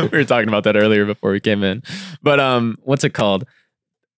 S3: we were talking about that earlier before we came in. But um what's it called?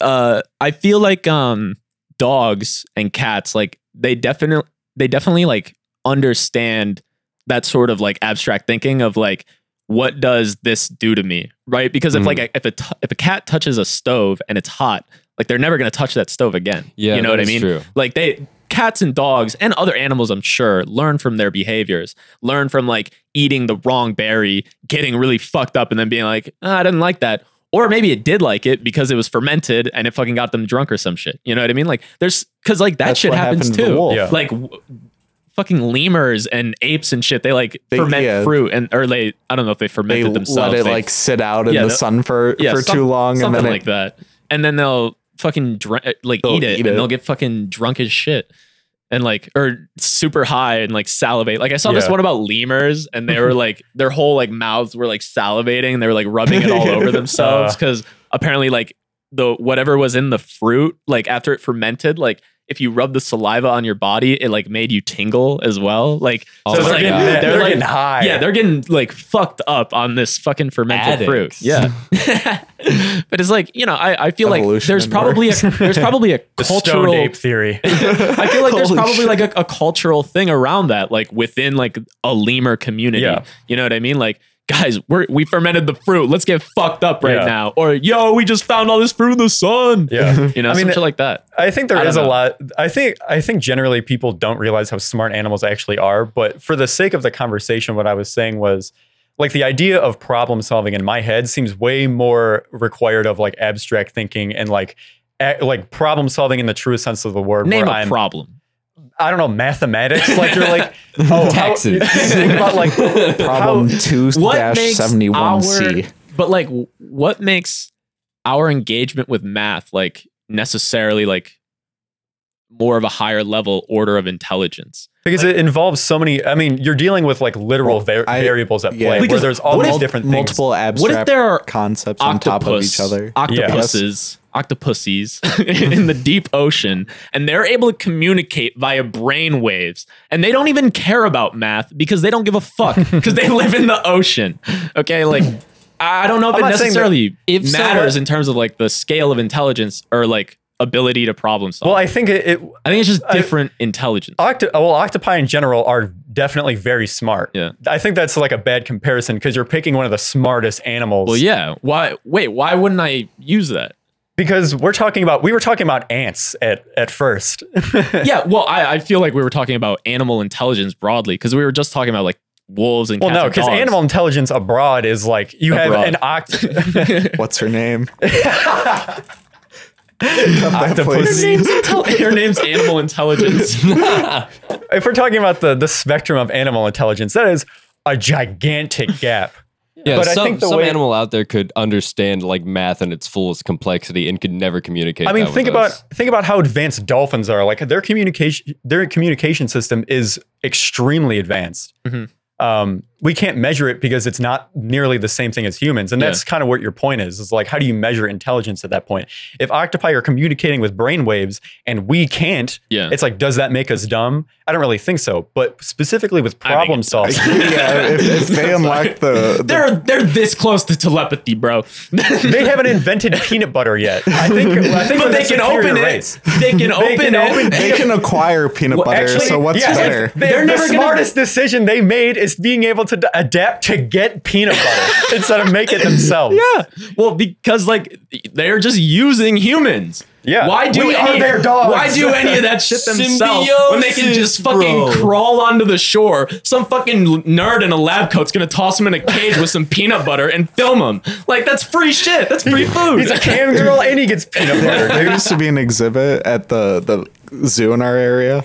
S3: Uh I feel like um dogs and cats like they definitely they definitely like understand that sort of like abstract thinking of like what does this do to me, right? Because if
S1: Mhm.
S4: Mm-hmm.
S3: like a, if a t- if a cat touches a stove and it's hot, like they're never gonna touch that stove again.
S1: Yeah,
S3: you know
S1: that
S3: what I
S1: is
S3: mean?
S1: true.
S3: Like they cats and dogs and other animals, I'm sure, learn from their behaviors, learn from like eating the wrong berry, getting really fucked up, and then being like, "Ah, I didn't like that. Or maybe it did like it because it was fermented and it fucking got them drunk or some shit. You know what I mean? Like there's because like that
S4: That's
S3: shit
S4: what
S3: happens
S4: happened to the
S3: too.
S4: wolf.
S2: Yeah.
S3: Like w- fucking lemurs and apes and shit, they like
S4: They-
S3: ferment
S4: yeah.
S3: fruit and or they I don't know if they
S4: They
S3: fermented themselves.
S4: let it
S3: They-
S4: like sit out in
S3: Yeah,
S4: the
S3: the-
S4: sun for
S3: yeah,
S4: for
S3: some-
S4: too long, and
S3: something
S4: then it,
S3: like that. And then they'll fucking dr- uh, like
S4: They'll
S3: eat it,
S4: eat it.
S3: and they'll get fucking drunk as shit. And like, or super high and like salivate. Like, I saw this
S2: Yeah.
S3: one about lemurs, and they were like, their whole like mouths were like salivating, and they were like rubbing it all over themselves
S2: Uh.
S3: because apparently, like, the whatever was in the fruit, like, after it fermented, like, if you rub the saliva on your body, it like made you tingle as well. Like,
S1: Oh
S2: So
S3: so it's
S1: my
S2: they're,
S3: like,
S2: getting,
S1: God.
S2: they're,
S3: they're, like,
S2: getting high.
S3: yeah, they're getting like fucked up on this fucking fermented
S1: Addicts.
S3: fruit. Yeah. but it's like, you know, I, I feel like
S4: Evolution
S3: there's
S4: in
S3: probably a there's probably a
S2: the
S3: cultural
S2: stoned ape theory.
S3: I feel like there's
S4: Holy
S3: probably
S4: shit.
S3: like a, a cultural thing around that, like within like a lemur community.
S2: Yeah.
S3: You know what I mean? Like, guys, we're we fermented the fruit. Let's get fucked up right
S2: Yeah.
S3: now. Or yo, we just found all this fruit in the sun.
S2: Yeah.
S3: You know,
S2: I mean,
S3: some shit like that.
S2: I think
S3: I
S2: there
S3: don't
S2: is a
S3: know.
S2: lot. I think I think generally people don't realize how smart animals actually are. But for the sake of the conversation, what I was saying was like the idea of problem solving in my head seems way more required of like abstract thinking and like a, like problem solving in the truest sense of the word.
S3: Name
S2: where
S3: a
S2: I'm-
S3: problem.
S2: I don't know mathematics. Like you're like oh, how-
S1: Taxes.
S2: think about like
S4: problem two
S3: What
S4: dash
S3: makes
S4: seventy one C.
S3: our- But like, w- what makes our engagement with math like necessarily like more of a higher level order of intelligence?
S2: because it involves so many. I mean, you're dealing with like literal
S4: Well,
S2: var-
S4: I-
S2: variables at
S4: yeah.
S2: play where
S4: Because
S2: there's all
S3: what
S2: these
S3: if
S2: different things.
S4: multiple abstract
S3: What if there are
S4: concepts on
S3: octopus,
S4: top of each other.
S3: octopuses, octopuses in the deep ocean, and they're able to communicate via brain waves, and they don't even care about math because they don't give a fuck because they live in the ocean. Okay, like I I don't know if
S2: I'm
S3: it
S2: not saying that-
S3: necessarily
S1: If so,
S3: matters
S2: what-
S3: in terms of like the scale of intelligence or like ability to problem solve.
S2: Well, I think it, it
S3: I think it's just
S2: I-
S3: different intelligence.
S2: Octo- uh, well, octopi in general are definitely very smart.
S3: Yeah.
S2: I think that's like a bad comparison because you're picking one of the smartest animals.
S3: well, yeah. Why? Wait. Why wouldn't I use that?
S2: Because we're talking about we were talking about ants at at first.
S3: yeah, well, I, I feel like we were talking about animal intelligence broadly because we were just talking about like wolves and
S2: well,
S3: cats
S2: no,
S3: and
S2: because
S3: dogs.
S2: animal intelligence abroad is like you have an
S3: Abroad.
S2: oct-
S4: What's her name?
S2: octopus.
S3: Her name's animal intelligence.
S2: If we're talking about the the spectrum of animal intelligence, that is a gigantic gap.
S1: Yeah,
S2: But I
S1: some,
S2: think the
S1: some
S2: way-
S1: animal out there could understand like math in its fullest complexity and could never communicate.
S2: I mean,
S1: that
S2: think
S1: with
S2: about
S1: us.
S2: think about how advanced dolphins are. Like their communication their communication system is extremely advanced.
S3: Mhm.
S2: Um, we can't measure it because it's not nearly the same thing as humans, and
S3: Yeah.
S2: that's kind of what your point is. Is like how do you measure intelligence at that point? If octopi are communicating with brainwaves and we can't,
S3: Yeah.
S2: it's like does that make us dumb? I don't really think so. But specifically with
S3: I think
S2: problem
S3: it does.
S2: solving,
S4: yeah, if, if they unlock the, the
S3: they're they're this close to telepathy, bro.
S2: they haven't invented peanut butter yet. I think, I think
S3: but
S2: we're the
S3: they can
S2: superior
S3: open
S2: race.
S3: it. They can open
S2: can
S3: it.
S2: open-
S4: they can acquire peanut butter. so what's
S2: yeah,
S4: better?
S2: They,
S3: They're
S2: the
S3: never gonna-
S2: smartest decision they made is being able to d- adapt to get peanut butter instead of make it themselves.
S3: Yeah. Well, because like they're just using humans.
S2: Yeah.
S3: Why do
S2: We
S3: any,
S2: are their dogs.
S3: Why do any of that shit themselves when they can just
S1: Symbiosis, bro.
S3: fucking crawl onto the shore? Some fucking nerd in a lab coat's gonna toss him in a cage with some peanut butter and film him. Like that's free shit. That's free food.
S2: He's a cam girl and he gets peanut butter.
S4: there used to be an exhibit at the the zoo in our area,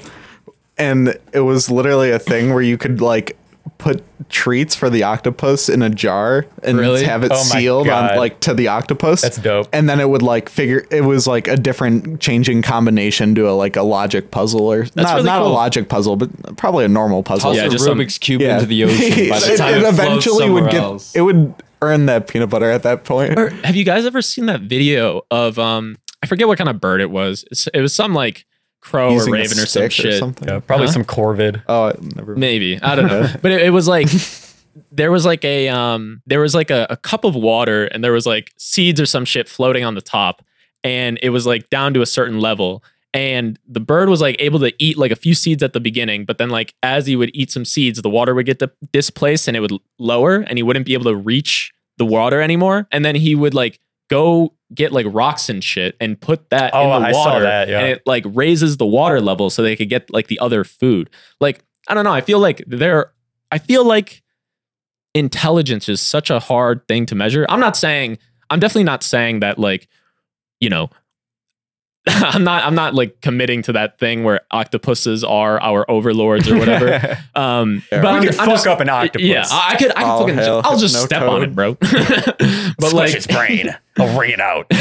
S4: and it was literally a thing where you could like put treats for the octopus in a jar and
S3: Really?
S4: have it
S2: Oh my
S4: sealed on
S2: God.
S4: like to the octopus.
S2: That's dope.
S4: And then it would like figure it was like a different changing combination to a like a logic puzzle or not
S3: really
S4: not a
S3: cool.
S4: logic puzzle, but probably a normal puzzle.
S1: toss
S3: Yeah,
S1: a
S3: just some-
S1: Rubik's cube into the ocean. By the
S4: It-
S1: time
S4: it,
S1: it, floats
S4: eventually would
S1: somewhere
S4: get
S1: else.
S4: it would earn that peanut butter at that point.
S3: Or have you guys ever seen that video of um I forget what kind of bird it was. It's- It was some like crow
S4: Using
S3: Oh, or
S4: a
S3: raven or some
S4: stick
S3: shit.
S4: something.
S2: Yeah, probably some corvid.
S4: Oh, I never.
S3: Maybe. I don't know. but it, it was like there was like a um there was like a, a cup of water and there was like seeds or some shit floating on the top and it was like down to a certain level and the bird was like able to eat like a few seeds at the beginning but then like as he would eat some seeds the water would get di- displaced and it would l- lower and he wouldn't be able to reach the water anymore and then he would like go get like rocks and shit and put that
S2: Oh,
S3: in the
S2: I saw
S3: water
S2: that, yeah.
S3: and it like raises the water level so they could get like the other food like i don't know i feel like there i feel like intelligence is such a hard thing to measure i'm not saying i'm definitely not saying that like you know i'm not i'm not like committing to that thing where octopuses are our overlords or whatever um
S4: Fair.
S3: but
S2: we
S3: I'm,
S2: could
S3: I'm
S2: fuck
S3: just-
S2: up an octopus.
S3: yeah i I could i could
S4: Oh,
S3: fucking
S4: hell,
S3: i'll just
S4: no
S3: step on
S4: code.
S3: it bro but
S2: Squish
S3: like
S2: its brain. I'll wring it out.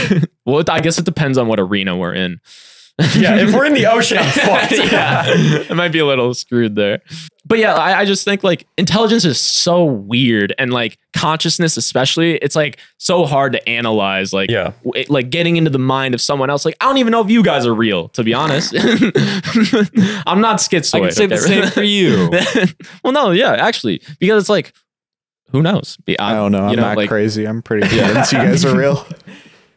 S3: well it- i guess it depends on what arena we're in
S2: yeah, if we're in the ocean, I'm fucked.
S3: yeah, it might be a little screwed there. But yeah, I, I just think like intelligence is so weird, and like consciousness, especially, it's like so hard to analyze. Like,
S2: Yeah.
S3: w- it- like getting into the mind of someone else. Like, I don't even know if you guys are real, to be honest. I'm not
S1: I
S3: schizoid.
S1: can say the
S3: okay?
S1: same for you.
S3: well, no, yeah, actually, because it's like, who knows? Be-
S4: I don't know. I'm
S3: you
S4: not
S3: like,
S4: crazy. I'm pretty convinced you guys are real.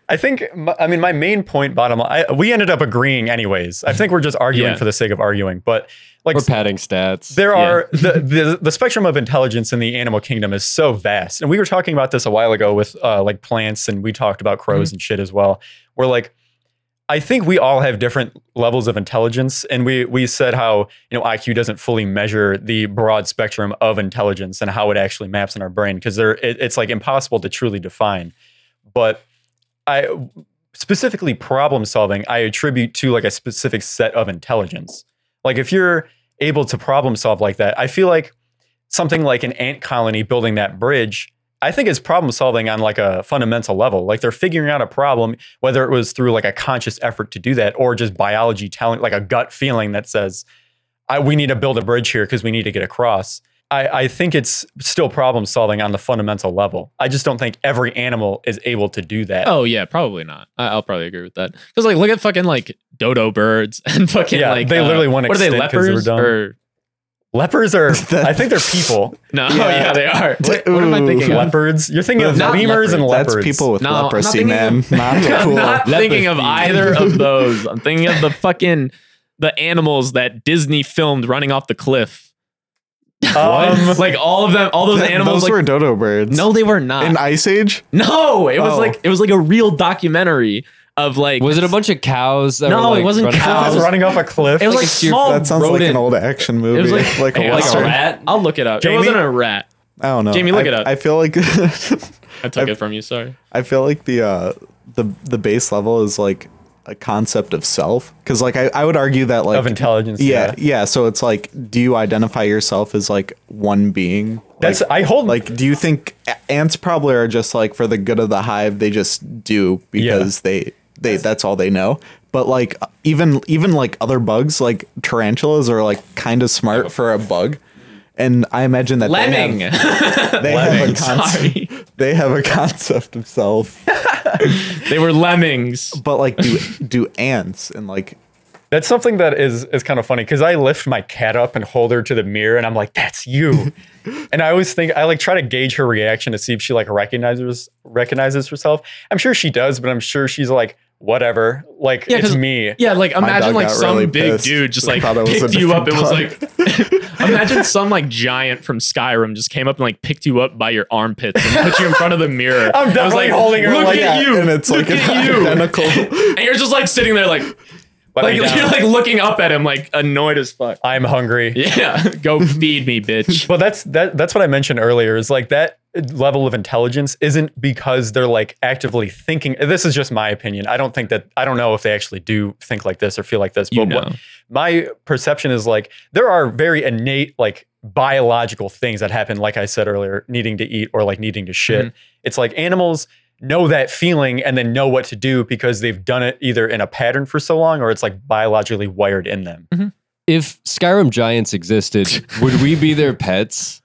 S2: I think, my- I mean, my main point, bottom line, I, we ended up agreeing anyways. I think we're just arguing
S3: Yeah.
S2: for the sake of arguing. But like,
S1: We're padding stats.
S2: there are the, the the spectrum of intelligence in the animal kingdom is so vast and we were talking about this a while ago with uh, like plants and we talked about crows and shit as well we're like i think we all have different levels of intelligence and we we said how you know iq doesn't fully measure the broad spectrum of intelligence and how it actually maps in our brain because there it, it's like impossible to truly define but i specifically problem solving i attribute to like a specific set of intelligence like if you're able to problem solve like that, I feel like something like an ant colony building that bridge, I think is problem solving on like a fundamental level. Like they're figuring out a problem, whether it was through like a conscious effort to do that or just biology telling like a gut feeling that says, I, we need to build a bridge here because we need to get across. I, I think it's still problem solving on the fundamental level. I just don't think every animal is able to do that.
S3: Oh yeah, probably not. I, I'll probably agree with that. Because like, look at fucking like dodo birds and fucking
S2: Yeah,
S3: like uh,
S2: they literally went
S3: What are they
S2: extinct 'cause they were
S3: leopards
S2: dumb.
S3: or
S2: Leopards are,
S4: That-
S2: I think they're people.
S3: No, yeah,
S4: Yeah.
S3: they are.
S4: What- what am I thinking of?
S2: Leopards. You're thinking of
S3: Not
S2: lemurs and leopards.
S4: That's people with
S3: No, I'm not
S4: leprosy,
S3: thinking
S4: man.
S3: of-
S4: Not
S3: I'm
S4: cool.
S3: not
S1: Leopard
S3: thinking of
S1: feet.
S3: either of those. I'm thinking of the fucking the animals that Disney filmed running off the cliff.
S2: Um,
S3: like all of them, all those
S4: Th-
S3: animals.
S4: Those
S3: like,
S4: were dodo birds.
S3: no, they were not.
S4: in Ice Age.
S3: no, it was
S4: Oh.
S3: like it was like a real documentary of like.
S1: Was it a bunch of cows? That
S3: No,
S1: were, like,
S3: it wasn't
S1: running-
S3: cows.
S2: Cows running off a cliff.
S3: Um, It was like
S1: Like a sheer-
S3: small
S4: That sounds like
S3: rodent.
S4: an old action movie.
S3: it was like,
S4: like,
S3: Hey,
S4: a
S3: like
S4: western.
S3: rat. I'll look it up.
S2: Jamie?
S3: It wasn't a rat.
S4: I don't know.
S3: Jamie, look
S4: I,
S3: it up.
S4: I feel like
S3: I took
S4: I've-
S3: it from you. Sorry.
S4: I feel like the uh, the the base level is like a concept of self because like I, I would argue that like
S2: of intelligence.
S4: yeah, yeah so it's like do you identify yourself as like one being
S2: That's
S4: like,
S2: I hold like
S4: like do you think a- ants probably are just like for the good of the hive they just do because they they that's all they know but like even even like other bugs like tarantulas are like kind of smart for a bug and I imagine that
S3: Lemming.
S4: they have, they have a
S2: Lemming,
S4: concept
S3: Sorry.
S4: they have a concept of self
S3: They were lemmings.
S4: but like do do ants and like
S2: that's something that is is kind of funny because I lift my cat up and hold her to the mirror and I'm like, that's you. and I always think I like try to gauge her reaction to see if she like recognizes recognizes herself. I'm sure she does, but I'm sure she's like, whatever. Like
S3: Yeah,
S2: it's
S3: 'cause-
S2: me.
S3: Yeah, like
S4: My
S3: imagine
S4: dog
S3: like
S4: got
S3: some
S4: really
S3: big
S4: pissed.
S3: dude just
S4: I
S3: like
S4: thought it was a
S3: picked you up. It
S4: different
S3: was like imagine some like giant from Skyrim just came up and like picked you up by your armpits and put you in front of the mirror.
S2: I'm
S3: I was
S2: definitely holding her
S3: Look
S2: like
S3: at
S2: that,"
S3: you,
S4: and it's
S3: look
S4: like
S3: at
S4: an
S3: you,
S4: identical
S3: and you're just like sitting there like
S2: Let
S3: like
S2: me down.
S3: you're like looking up at him like annoyed as fuck.
S2: I'm hungry.
S3: Yeah, go feed me, bitch.
S2: Well, that's that. That's what I mentioned earlier. Is like that level of intelligence isn't because they're like actively thinking. This is just my opinion. I don't think that. I don't know if they actually do think like this or feel like this. But
S3: You know.
S2: what, my perception is like there are very innate like biological things that happen. Like I said earlier, needing to eat or like needing to shit.
S3: Mm-hmm.
S2: It's like animals know that feeling and then know what to do because they've done it either in a pattern for so long or it's like biologically wired in them.
S1: If Skyrim giants existed, would we be their pets?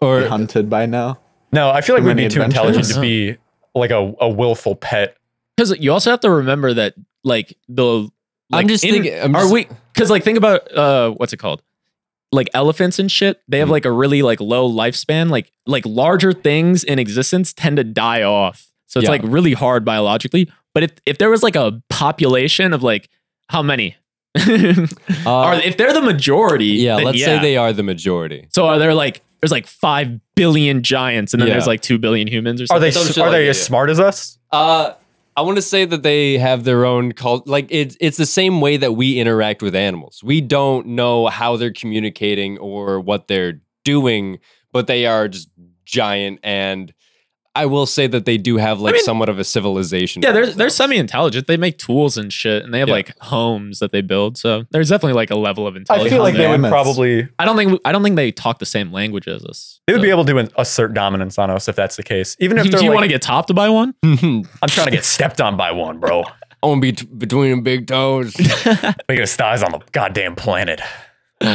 S1: Or
S4: hunted by now
S2: No, I feel like
S4: Too
S2: we'd
S4: many
S2: be too intelligent
S3: adventures.
S2: to be like a, a willful pet
S3: Because you also have to remember that like the like,
S1: I'm just
S3: in-
S1: thinking. I'm
S3: are
S1: just-
S3: we because like think about uh what's it called like elephants and shit they have
S1: Mm-hmm.
S3: like a really like low lifespan like like larger things in existence tend to die off so it's
S1: Yeah.
S3: like really hard biologically but if if there was like a population of like How many? Are if they're the majority?
S1: Uh, yeah,
S3: then
S1: let's say they are the majority.
S3: So are there like there's like five billion giants, and then
S1: Yeah.
S3: there's like two billion humans or
S2: Are
S3: something?
S2: they
S1: Some shit
S2: are
S1: like
S2: they
S1: that,
S2: as
S1: yeah.
S2: smart as us?
S1: Uh, I want to say that they have their own cult. Like it's it's the same way that we interact with animals. We don't know how they're communicating or what they're doing, but they are just giant. And I will say that they do have like
S3: mean-
S1: somewhat of a civilization.
S3: yeah,
S1: to
S3: they're they're
S1: themselves.
S3: semi intelligent. They make tools and shit, and they have
S1: Yeah.
S3: like homes that they build. So there's definitely like a level of
S2: I
S3: intelligence.
S2: feel like they
S3: there.
S2: would
S4: Mammoths.
S2: probably
S3: I don't think I don't think they talk the same language as us.
S2: they would be able to an- assert dominance on us if that's the case. Even if
S3: Do
S2: they're
S3: you
S2: like,
S3: want to get topped by one?
S1: Hmm.
S2: I'm trying to get stepped on by one, bro.
S1: I want to be t- between them big toes.
S2: Biggest thighs on the goddamn planet.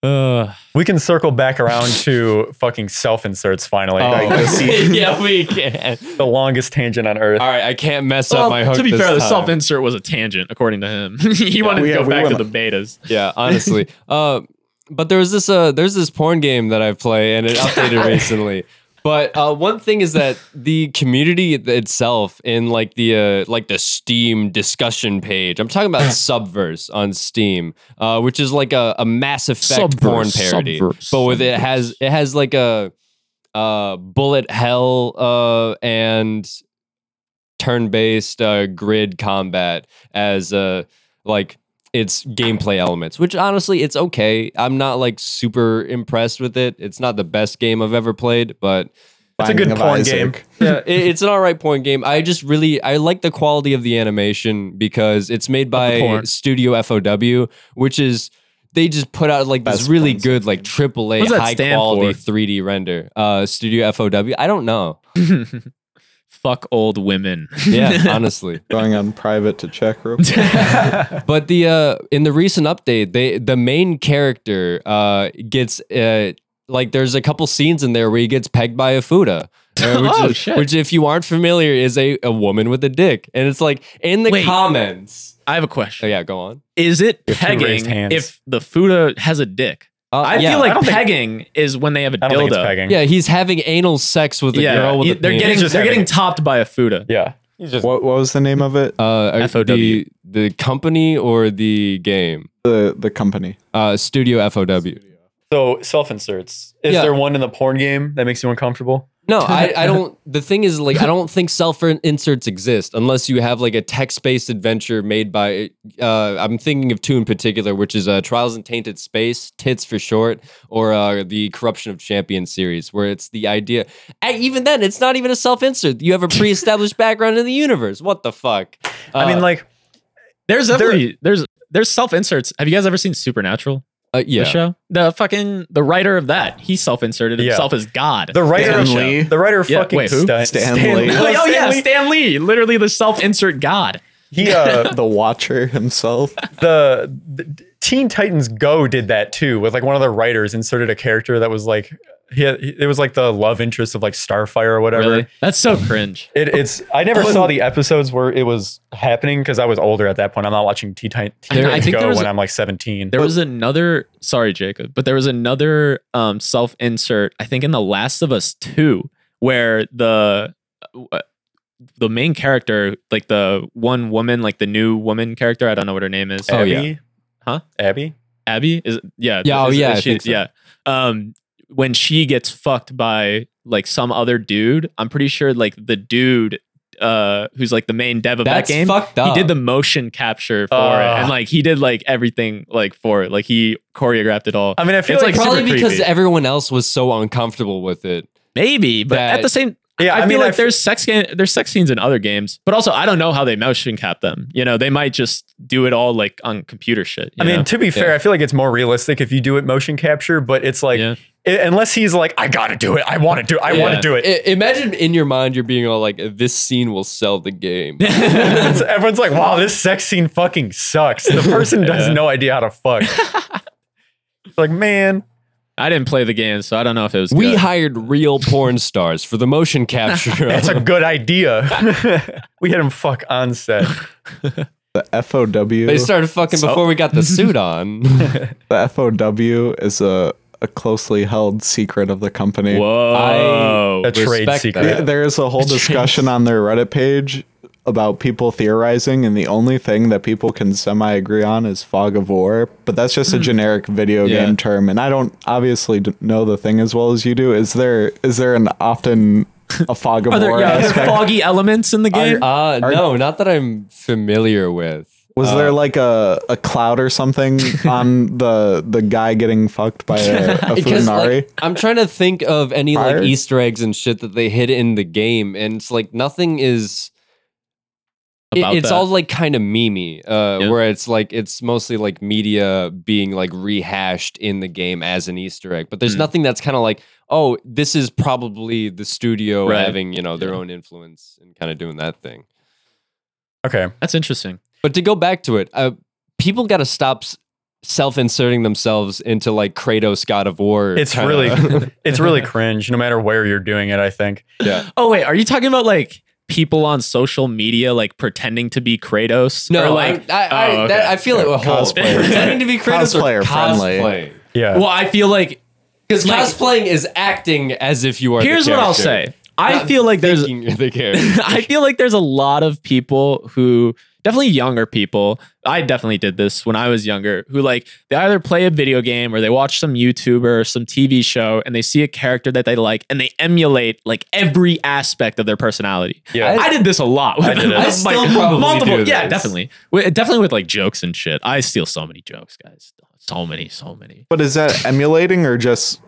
S3: Uh,
S2: We can circle back around to fucking self inserts finally. Like, this is
S1: yeah, we can.
S2: the longest tangent on earth.
S1: All right, I can't mess
S3: well,
S1: up my hook.
S3: to be
S1: this
S3: fair, the
S1: time.
S3: self insert was a tangent, according to him. he wanted to
S4: Yeah,
S3: go
S4: we
S3: back
S4: wanna-
S3: to the betas.
S1: Yeah, honestly. uh, but there's this uh, there's this porn game that I play, and it updated recently. But uh, one thing is that the community itself in like the uh, like the Steam discussion page. I'm talking about Subverse on Steam, uh, which is like a, a Mass Effect porn
S3: Subverse,
S1: parody,
S3: Subverse,
S1: but with it has it has like a uh, bullet hell uh, and turn based uh, grid combat as uh, like its gameplay elements, which honestly, it's okay. I'm not like super impressed with it. It's not the best game I've ever played, but
S2: That's a good
S4: Binding of
S2: porn
S4: Isaac.
S2: game.
S1: yeah, it, it's an all right point game. I just really I like the quality of the animation because it's made by
S3: porn.
S1: Studio FOW, which is they just put out like this
S4: Best
S1: really
S4: porn
S1: good like AAA
S3: What does that
S1: high
S3: stand
S1: quality
S3: for?
S1: 3D render. Uh, Studio FOW. I don't know.
S3: Fuck old women.
S1: Yeah, honestly.
S4: Going on private to check real quick.
S1: But the uh, in the recent update, they the main character uh, gets uh, like there's a couple scenes in there where he gets pegged by a fuda. uh, which,
S3: Oh,
S1: is-
S3: shit.
S1: which, if you aren't familiar, is a, a woman with a dick, and it's like in the
S3: Wait.
S1: comments.
S3: I have a
S1: Oh,
S3: question.
S1: yeah, go on.
S3: Is it
S2: If you raised
S3: pegging
S2: hands.
S3: if the Fuda has a dick?
S1: Uh,
S3: I
S1: yeah.
S3: feel like
S2: don't think-
S3: pegging is when they have a
S2: I don't think it's
S3: dildo.
S2: pegging.
S1: yeah, he's having anal sex with a
S3: yeah,
S1: girl with
S3: you-
S1: a
S3: they're
S1: penis.
S3: getting
S2: Just
S3: they're
S2: having
S3: getting
S2: it.
S3: topped by a Fuda.
S2: Yeah. He's just
S4: What, what was the name of it?
S1: uh,
S3: FOW.
S1: the the company or the game
S4: The the company.
S1: uh, Studio FOW.
S2: so self inserts. Is
S1: Yeah.
S2: there one in the porn game that makes you uncomfortable?
S1: No, I, I don't. The thing is, like, I don't think self inserts exist unless you have like a text based adventure made by. Uh, I'm thinking of two in particular, which is uh, Trials and Tainted Space, Tits for short, or uh, the Corruption of Champions series, where it's the idea. And even then, it's not even a self insert. You have a pre established background in the universe. What the fuck?
S2: I
S1: Uh,
S2: mean, like,
S3: There's definitely there's there's self inserts. Have you guys ever seen Supernatural?
S1: uh, yeah.
S3: The show. The fucking the writer of that he self inserted
S2: Yeah.
S3: himself as God.
S2: the writer
S4: Stan
S2: of
S4: Lee?
S2: the writer of
S3: Yeah,
S2: fucking
S3: wait, who?
S2: Stan,
S4: Stan Lee.
S3: oh,
S2: Stan
S3: yeah,
S2: Lee.
S3: Stan Lee, literally the self insert God.
S2: He uh
S4: The Watcher himself.
S2: the, the Teen Titans Go did that too with like one of the writers inserted a character that was like he, had, he- it was like the love interest of like Starfire or whatever.
S3: Really? That's so cringe.
S2: It, it's I never saw the episodes where it was happening because I was older at that point. I'm not watching Teen Ti- Teen
S3: There- I
S2: Titans
S3: think there
S2: Go
S3: was
S2: when
S3: a-
S2: I'm like 17.
S3: There was another sorry, Jacob, but there was another um self insert, I think in The Last of Us 2, where the uh, the main character, like the one woman, like the new woman character, I don't know what her name is.
S1: Oh,
S2: Abby,
S1: yeah.
S3: Huh?
S2: Abby.
S3: Abby is it- yeah
S1: Yeah, oh,
S3: is- is
S1: yeah, I
S3: she-
S1: think so.
S3: yeah um when she gets fucked by like some other dude I'm pretty sure like the dude uh who's like the main dev of
S1: That's
S3: that game
S1: fucked
S3: he
S1: up.
S3: did the motion capture for
S2: Ugh.
S3: it and like he did like everything like for it like he choreographed it all
S2: I mean, I feel
S3: It's
S2: like,
S3: like-
S1: Probably
S3: super
S1: because
S3: creepy.
S1: everyone else was so uncomfortable with it.
S3: maybe but
S1: That-
S3: at the same
S2: yeah.
S3: I,
S2: I,
S3: feel
S2: mean,
S3: like
S2: I f-
S3: there's sex game there's sex scenes in other games but also I don't know how they motion cap them you know they might just do it all like on computer shit you
S2: I mean,
S3: know?
S2: to be fair,
S1: Yeah.
S2: I feel like it's more realistic if you do it motion capture, but it's like
S3: Yeah.
S2: i- unless he's like, I gotta do it, I want to do, it. I want
S3: Yeah.
S2: to do it.
S1: I- imagine in your mind, you're being all like, this scene will sell the game.
S2: It's- everyone's like, wow, this sex scene fucking sucks. The person has no idea how to fuck. It's like, man,
S3: I didn't play the game so I don't know if it was
S1: We
S3: good.
S1: hired real porn stars for the motion capture.
S2: that's a good idea. we had him fuck on set.
S4: The FOW.
S1: they started fucking before we got the suit on.
S4: The FOW is a, a closely held secret of the company.
S3: Whoa.
S2: A trade
S1: Respect
S2: secret.
S1: that.
S4: There- There is a whole discussion on their Reddit page about people theorizing, and the only thing that people can semi agree on is fog of war. But that's just
S3: Hmm.
S4: a generic video
S1: Yeah.
S4: game term, and I don't obviously d- know the thing as well as you do. Is there is there an often a fog of
S3: Are there,
S4: war
S3: yeah, are there
S4: aspect?
S3: foggy elements in the game?
S1: Uh, no, not that I'm familiar with.
S4: Was
S1: Uh,
S4: there like a, a cloud or something on the the guy getting fucked by a, a
S1: Because,
S4: Funari?
S1: like, I'm trying to think of any
S4: Fire?
S1: like Easter eggs and shit that they hid in the game, and it's like nothing is. it-
S3: About
S1: it's
S3: that.
S1: all like kind of memey, uh,
S3: Yeah.
S1: where it's like it's mostly like media being like rehashed in the game as an Easter egg, but there's
S3: Mm.
S1: nothing that's kind of like, oh, this is probably the studio
S3: Right.
S1: having you know their
S3: Yeah.
S1: own influence and kind of doing that thing.
S2: Okay.
S3: That's interesting.
S1: But to go back to it, uh, people got to stop s- self-inserting themselves into like Kratos God of War.
S2: It's
S1: kinda-
S2: really it's really cringe no matter where you're doing it, I think.
S1: yeah.
S3: Oh wait, are you talking about like people on social media like pretending to be Kratos?
S1: No,
S3: or, like
S1: I, I,
S3: oh,
S1: I,
S3: okay.
S1: that, I feel it. Whole,
S4: Cosplay.
S1: pretending to be Kratos or
S4: Cosplayer friendly.
S1: cosplaying.
S2: Yeah.
S3: well, I feel like
S1: Because
S3: Like-
S1: cosplaying is acting as if you are. the
S3: here's what I'll
S1: character.
S3: say. I
S1: Not
S3: feel like there's
S1: Thinking you're the character.
S3: I feel like there's a lot of people who definitely younger people. I definitely did this when I was younger, who like they either play a video game or they watch some YouTuber or some TV show and they see a character that they like and they emulate like every aspect of their personality.
S2: Yeah.
S3: I, did this a lot. I
S2: did it. I
S1: still probably do
S3: yeah,
S1: this.
S3: definitely. Wi- Definitely with like jokes and shit. I steal so many jokes, guys. So many, so many.
S4: But is that emulating or just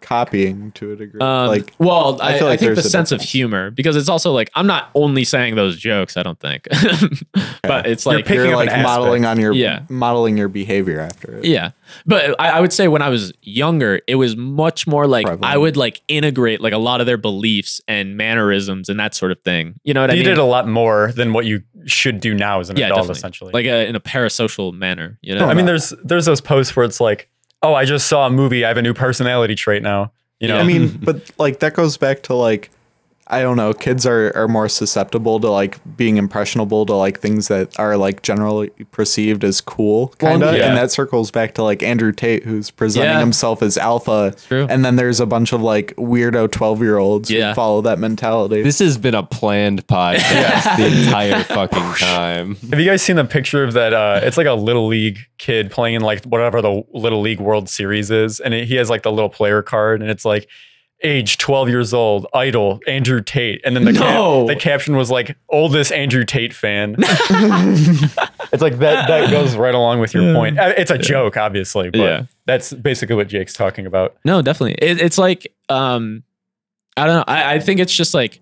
S4: copying to a degree?
S3: Um,
S4: like
S3: well,
S4: I
S3: I,
S4: feel
S3: I
S4: like
S3: think the
S4: there's a
S3: sense of humor because it's also like I'm not only saying those jokes. I don't think, but it's like
S2: picking
S4: you're
S2: up an
S4: like modeling on your
S3: Yeah.
S4: modeling your behavior after it.
S3: yeah. But I, I would say when I was younger, it was much more like I
S4: Prevalent.
S3: would like integrate like a lot of their beliefs and mannerisms and that sort of thing. You know what I
S2: you
S3: mean?
S2: did a lot more than what you should do now as an
S3: yeah,
S2: adult,
S3: definitely.
S2: essentially.
S3: like uh in a parasocial manner. You know,
S2: I mean, there's there's those posts where it's like, oh, I just saw a movie. I have a new personality trait now. You know,
S3: Yeah.
S4: I mean, but like that goes back to like I don't know, kids are, are more susceptible to like being impressionable to like things that are like generally perceived as cool,
S1: Well,
S4: kinda.
S2: yeah.
S4: And that circles back to like Andrew Tate who's presenting
S3: Yeah.
S4: himself as alpha.
S3: true.
S4: And then there's a bunch of like weirdo twelve year olds
S3: Yeah.
S4: who follow that mentality.
S1: this has been a planned podcast the entire fucking time.
S2: have you guys seen the picture of that? Uh, it's like a little league kid playing in like whatever the little league World Series is, and it, he has like the little player card, and it's like. Age 12 years old, idol, Andrew Tate. And then the, cap-
S3: No.
S2: the caption was like, oldest Andrew Tate fan. it's like that that goes right along with your point. Uh, It's a joke, obviously, but
S3: Yeah.
S2: that's basically what Jake's talking about.
S3: No, definitely. It, it's like um, I don't know. I, I think it's just like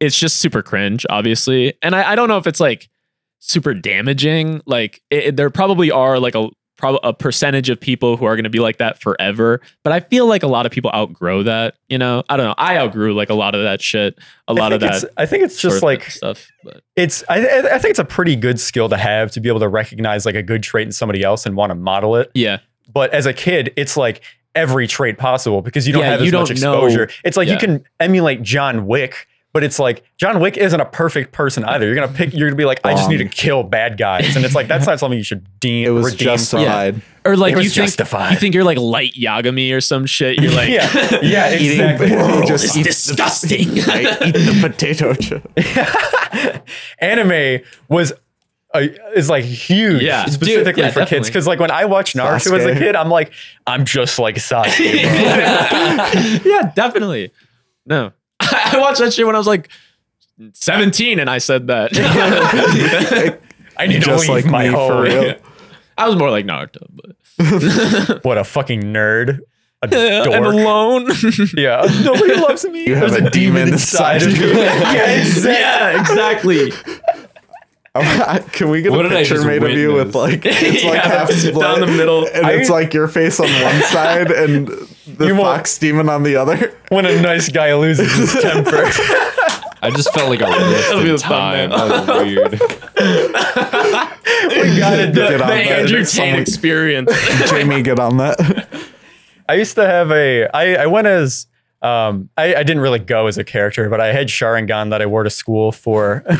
S3: it's just super cringe, obviously, and I, I don't know if it's like super damaging. Like it, it- there probably are like a prob- a percentage of people who are going to be like that forever, but I feel like a lot of people outgrow that. You know, I don't know. I outgrew like a lot of that shit. A lot
S2: I
S3: of
S2: think
S3: that.
S2: it's- I think it's
S3: sort
S2: just
S3: of
S2: like
S3: stuff. But.
S2: it's I, I I think it's a pretty good skill to have to be able to recognize like a good trait in somebody else and want to model it
S3: Yeah,
S2: but as a kid it's like every trait possible because you don't
S3: Yeah,
S2: have
S3: you
S2: as
S3: don't
S2: much
S3: know-
S2: exposure it's like
S3: yeah.
S2: you can emulate john wick but it's like john wick isn't a perfect person either you're gonna pick you're gonna be like i just need to
S3: Um,
S4: Wrong.
S2: kill bad guys and it's like that's not something you should deem
S4: it was
S2: redeem from-
S4: justified.
S3: or like
S2: It
S3: you
S2: was
S3: think
S2: justified.
S3: you think you're like light Yagami or some shit. You're like,
S2: yeah yeah
S4: Eating-
S2: exactly
S4: he just
S3: it's
S4: eats
S3: disgusting.
S4: I eat the potato chip.
S2: anime was uh, is like huge
S3: Yeah. Dude,
S2: specifically
S3: yeah,
S2: for kids
S3: definitely.
S2: because like when I watched Naruto as a
S4: Sasuke.
S2: kid I'm like I'm just like Sasuke bro.
S3: yeah, definitely. No. I watched that shit when I was like 17 and I said that.
S2: I need
S4: Just
S2: to leave
S4: like
S2: my
S4: me for
S2: home
S4: real.
S3: I was more like Naruto, but
S2: what a fucking nerd a
S3: and
S2: dork
S3: alone.
S2: yeah nobody loves me
S4: You have
S2: there's
S4: a demon inside of you.
S2: yeah exactly
S3: yeah, exactly.
S4: Can we get
S1: What
S4: a
S1: did I
S4: picture
S1: just
S4: made of you with like it's like
S3: Yeah,
S4: half split
S3: down the middle.
S4: and
S2: I-
S4: it's like your face on one side and the
S2: You won't-
S4: fox demon on the other?
S2: when a nice guy loses his temper
S1: I just felt like a
S3: That'll
S1: rift
S3: be
S1: in
S3: the
S1: time.
S3: thumbnail.
S1: That was weird.
S2: we gotta do
S4: Get
S2: it.
S4: on
S3: The
S4: that.
S3: Andrew Tate
S4: Someone-
S3: experience.
S4: Jamie, get on that.
S2: I used to have a I I went as um I, I didn't really go as a character but I had Sharingan that I wore to school for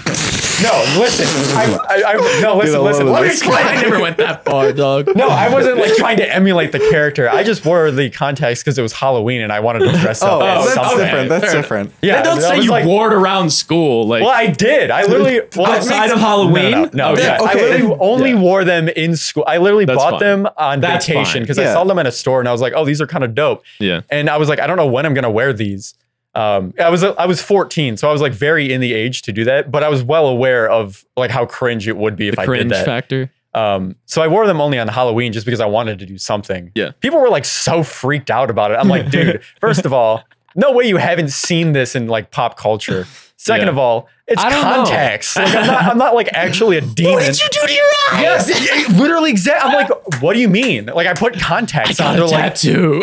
S2: No, listen. I, I, I, no,
S4: Dude, I
S2: listen,
S4: love
S2: listen.
S4: it.
S2: Let me
S4: It's
S2: explain.
S3: I never went that far, dog.
S2: No, I wasn't like trying to emulate the character. I just wore the contacts because it was Halloween and I wanted to dress up.
S4: Oh,
S2: as
S4: that's
S2: something.
S4: different. That's
S3: Fair
S4: different.
S2: Yeah,
S3: Then don't
S2: that
S3: say
S2: was
S3: you
S2: like-
S3: wore it around school. Like,
S2: Well, I did. I literally well, it
S3: Outside
S2: makes-
S3: of Halloween?
S2: No, no, no, no,
S3: Okay.
S2: yeah. I
S4: Okay.
S2: literally only
S3: Yeah.
S2: wore them in school. I literally
S3: That's
S2: bought
S3: fine.
S2: them on
S3: That's
S2: vacation
S3: fine.
S2: because I
S4: Yeah.
S2: saw them at a store and I was like, "Oh, these are kind of dope."
S3: yeah.
S2: And I was like, "I don't know when I'm gonna wear these." Um, I was I was 14, so I was like very in the age to do that, but I was well aware of like how cringe it would be if
S3: The
S2: I did
S3: cringe
S2: that.
S3: factor.
S2: Um, so I wore them only on Halloween just because I wanted to do something.
S3: Yeah.
S2: People were like so freaked out about it. I'm like, dude, first of all, no way you haven't seen this in like pop culture. Second
S3: Yeah.
S2: of all, it's
S3: I don't know.
S2: contacts. Like, I'm, not, I'm not like actually a demon. What did you do to your eyes? Yes, it- it literally exactly. I'm like, what do you mean? Like I put contacts on. They're
S3: Got a
S2: like,
S3: tattoo.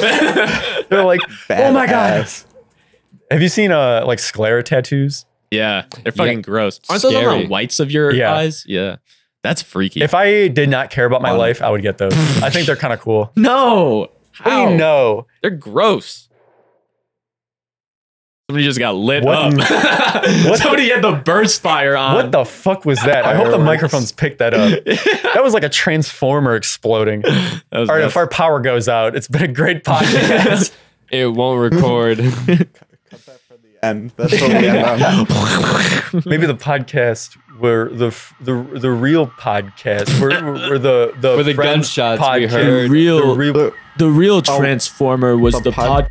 S2: they're like, oh my god.
S4: Badass.
S2: Have you seen uh like sclera tattoos?
S3: yeah, they're fucking
S1: Yeah.
S3: gross. Aren't those on
S1: Scary.
S3: the whites of your
S2: Yeah.
S3: eyes? Yeah, that's freaky.
S2: If I did not care about my life, I would get those. I think they're kind of cool.
S3: no,
S2: How do you know?
S3: They're gross. Somebody just got lit
S2: What
S3: up.
S2: in-
S3: Somebody had the burst fire on.
S1: Um,
S2: What the fuck was that? I hope the
S4: Fireworks.
S2: microphones picked that up. That was like a transformer exploding. All
S3: That was
S2: right,
S3: nuts.
S2: if our power goes out, it's been a great podcast.
S1: It won't record.
S4: And that's what we end on.
S2: Maybe the podcast where the f- the the real podcast where, where the the
S1: Where the
S2: friends
S1: gunshots we
S2: podcast-
S1: heard.
S3: Real-
S2: Oh. the real
S3: the real transformer was
S4: the pod-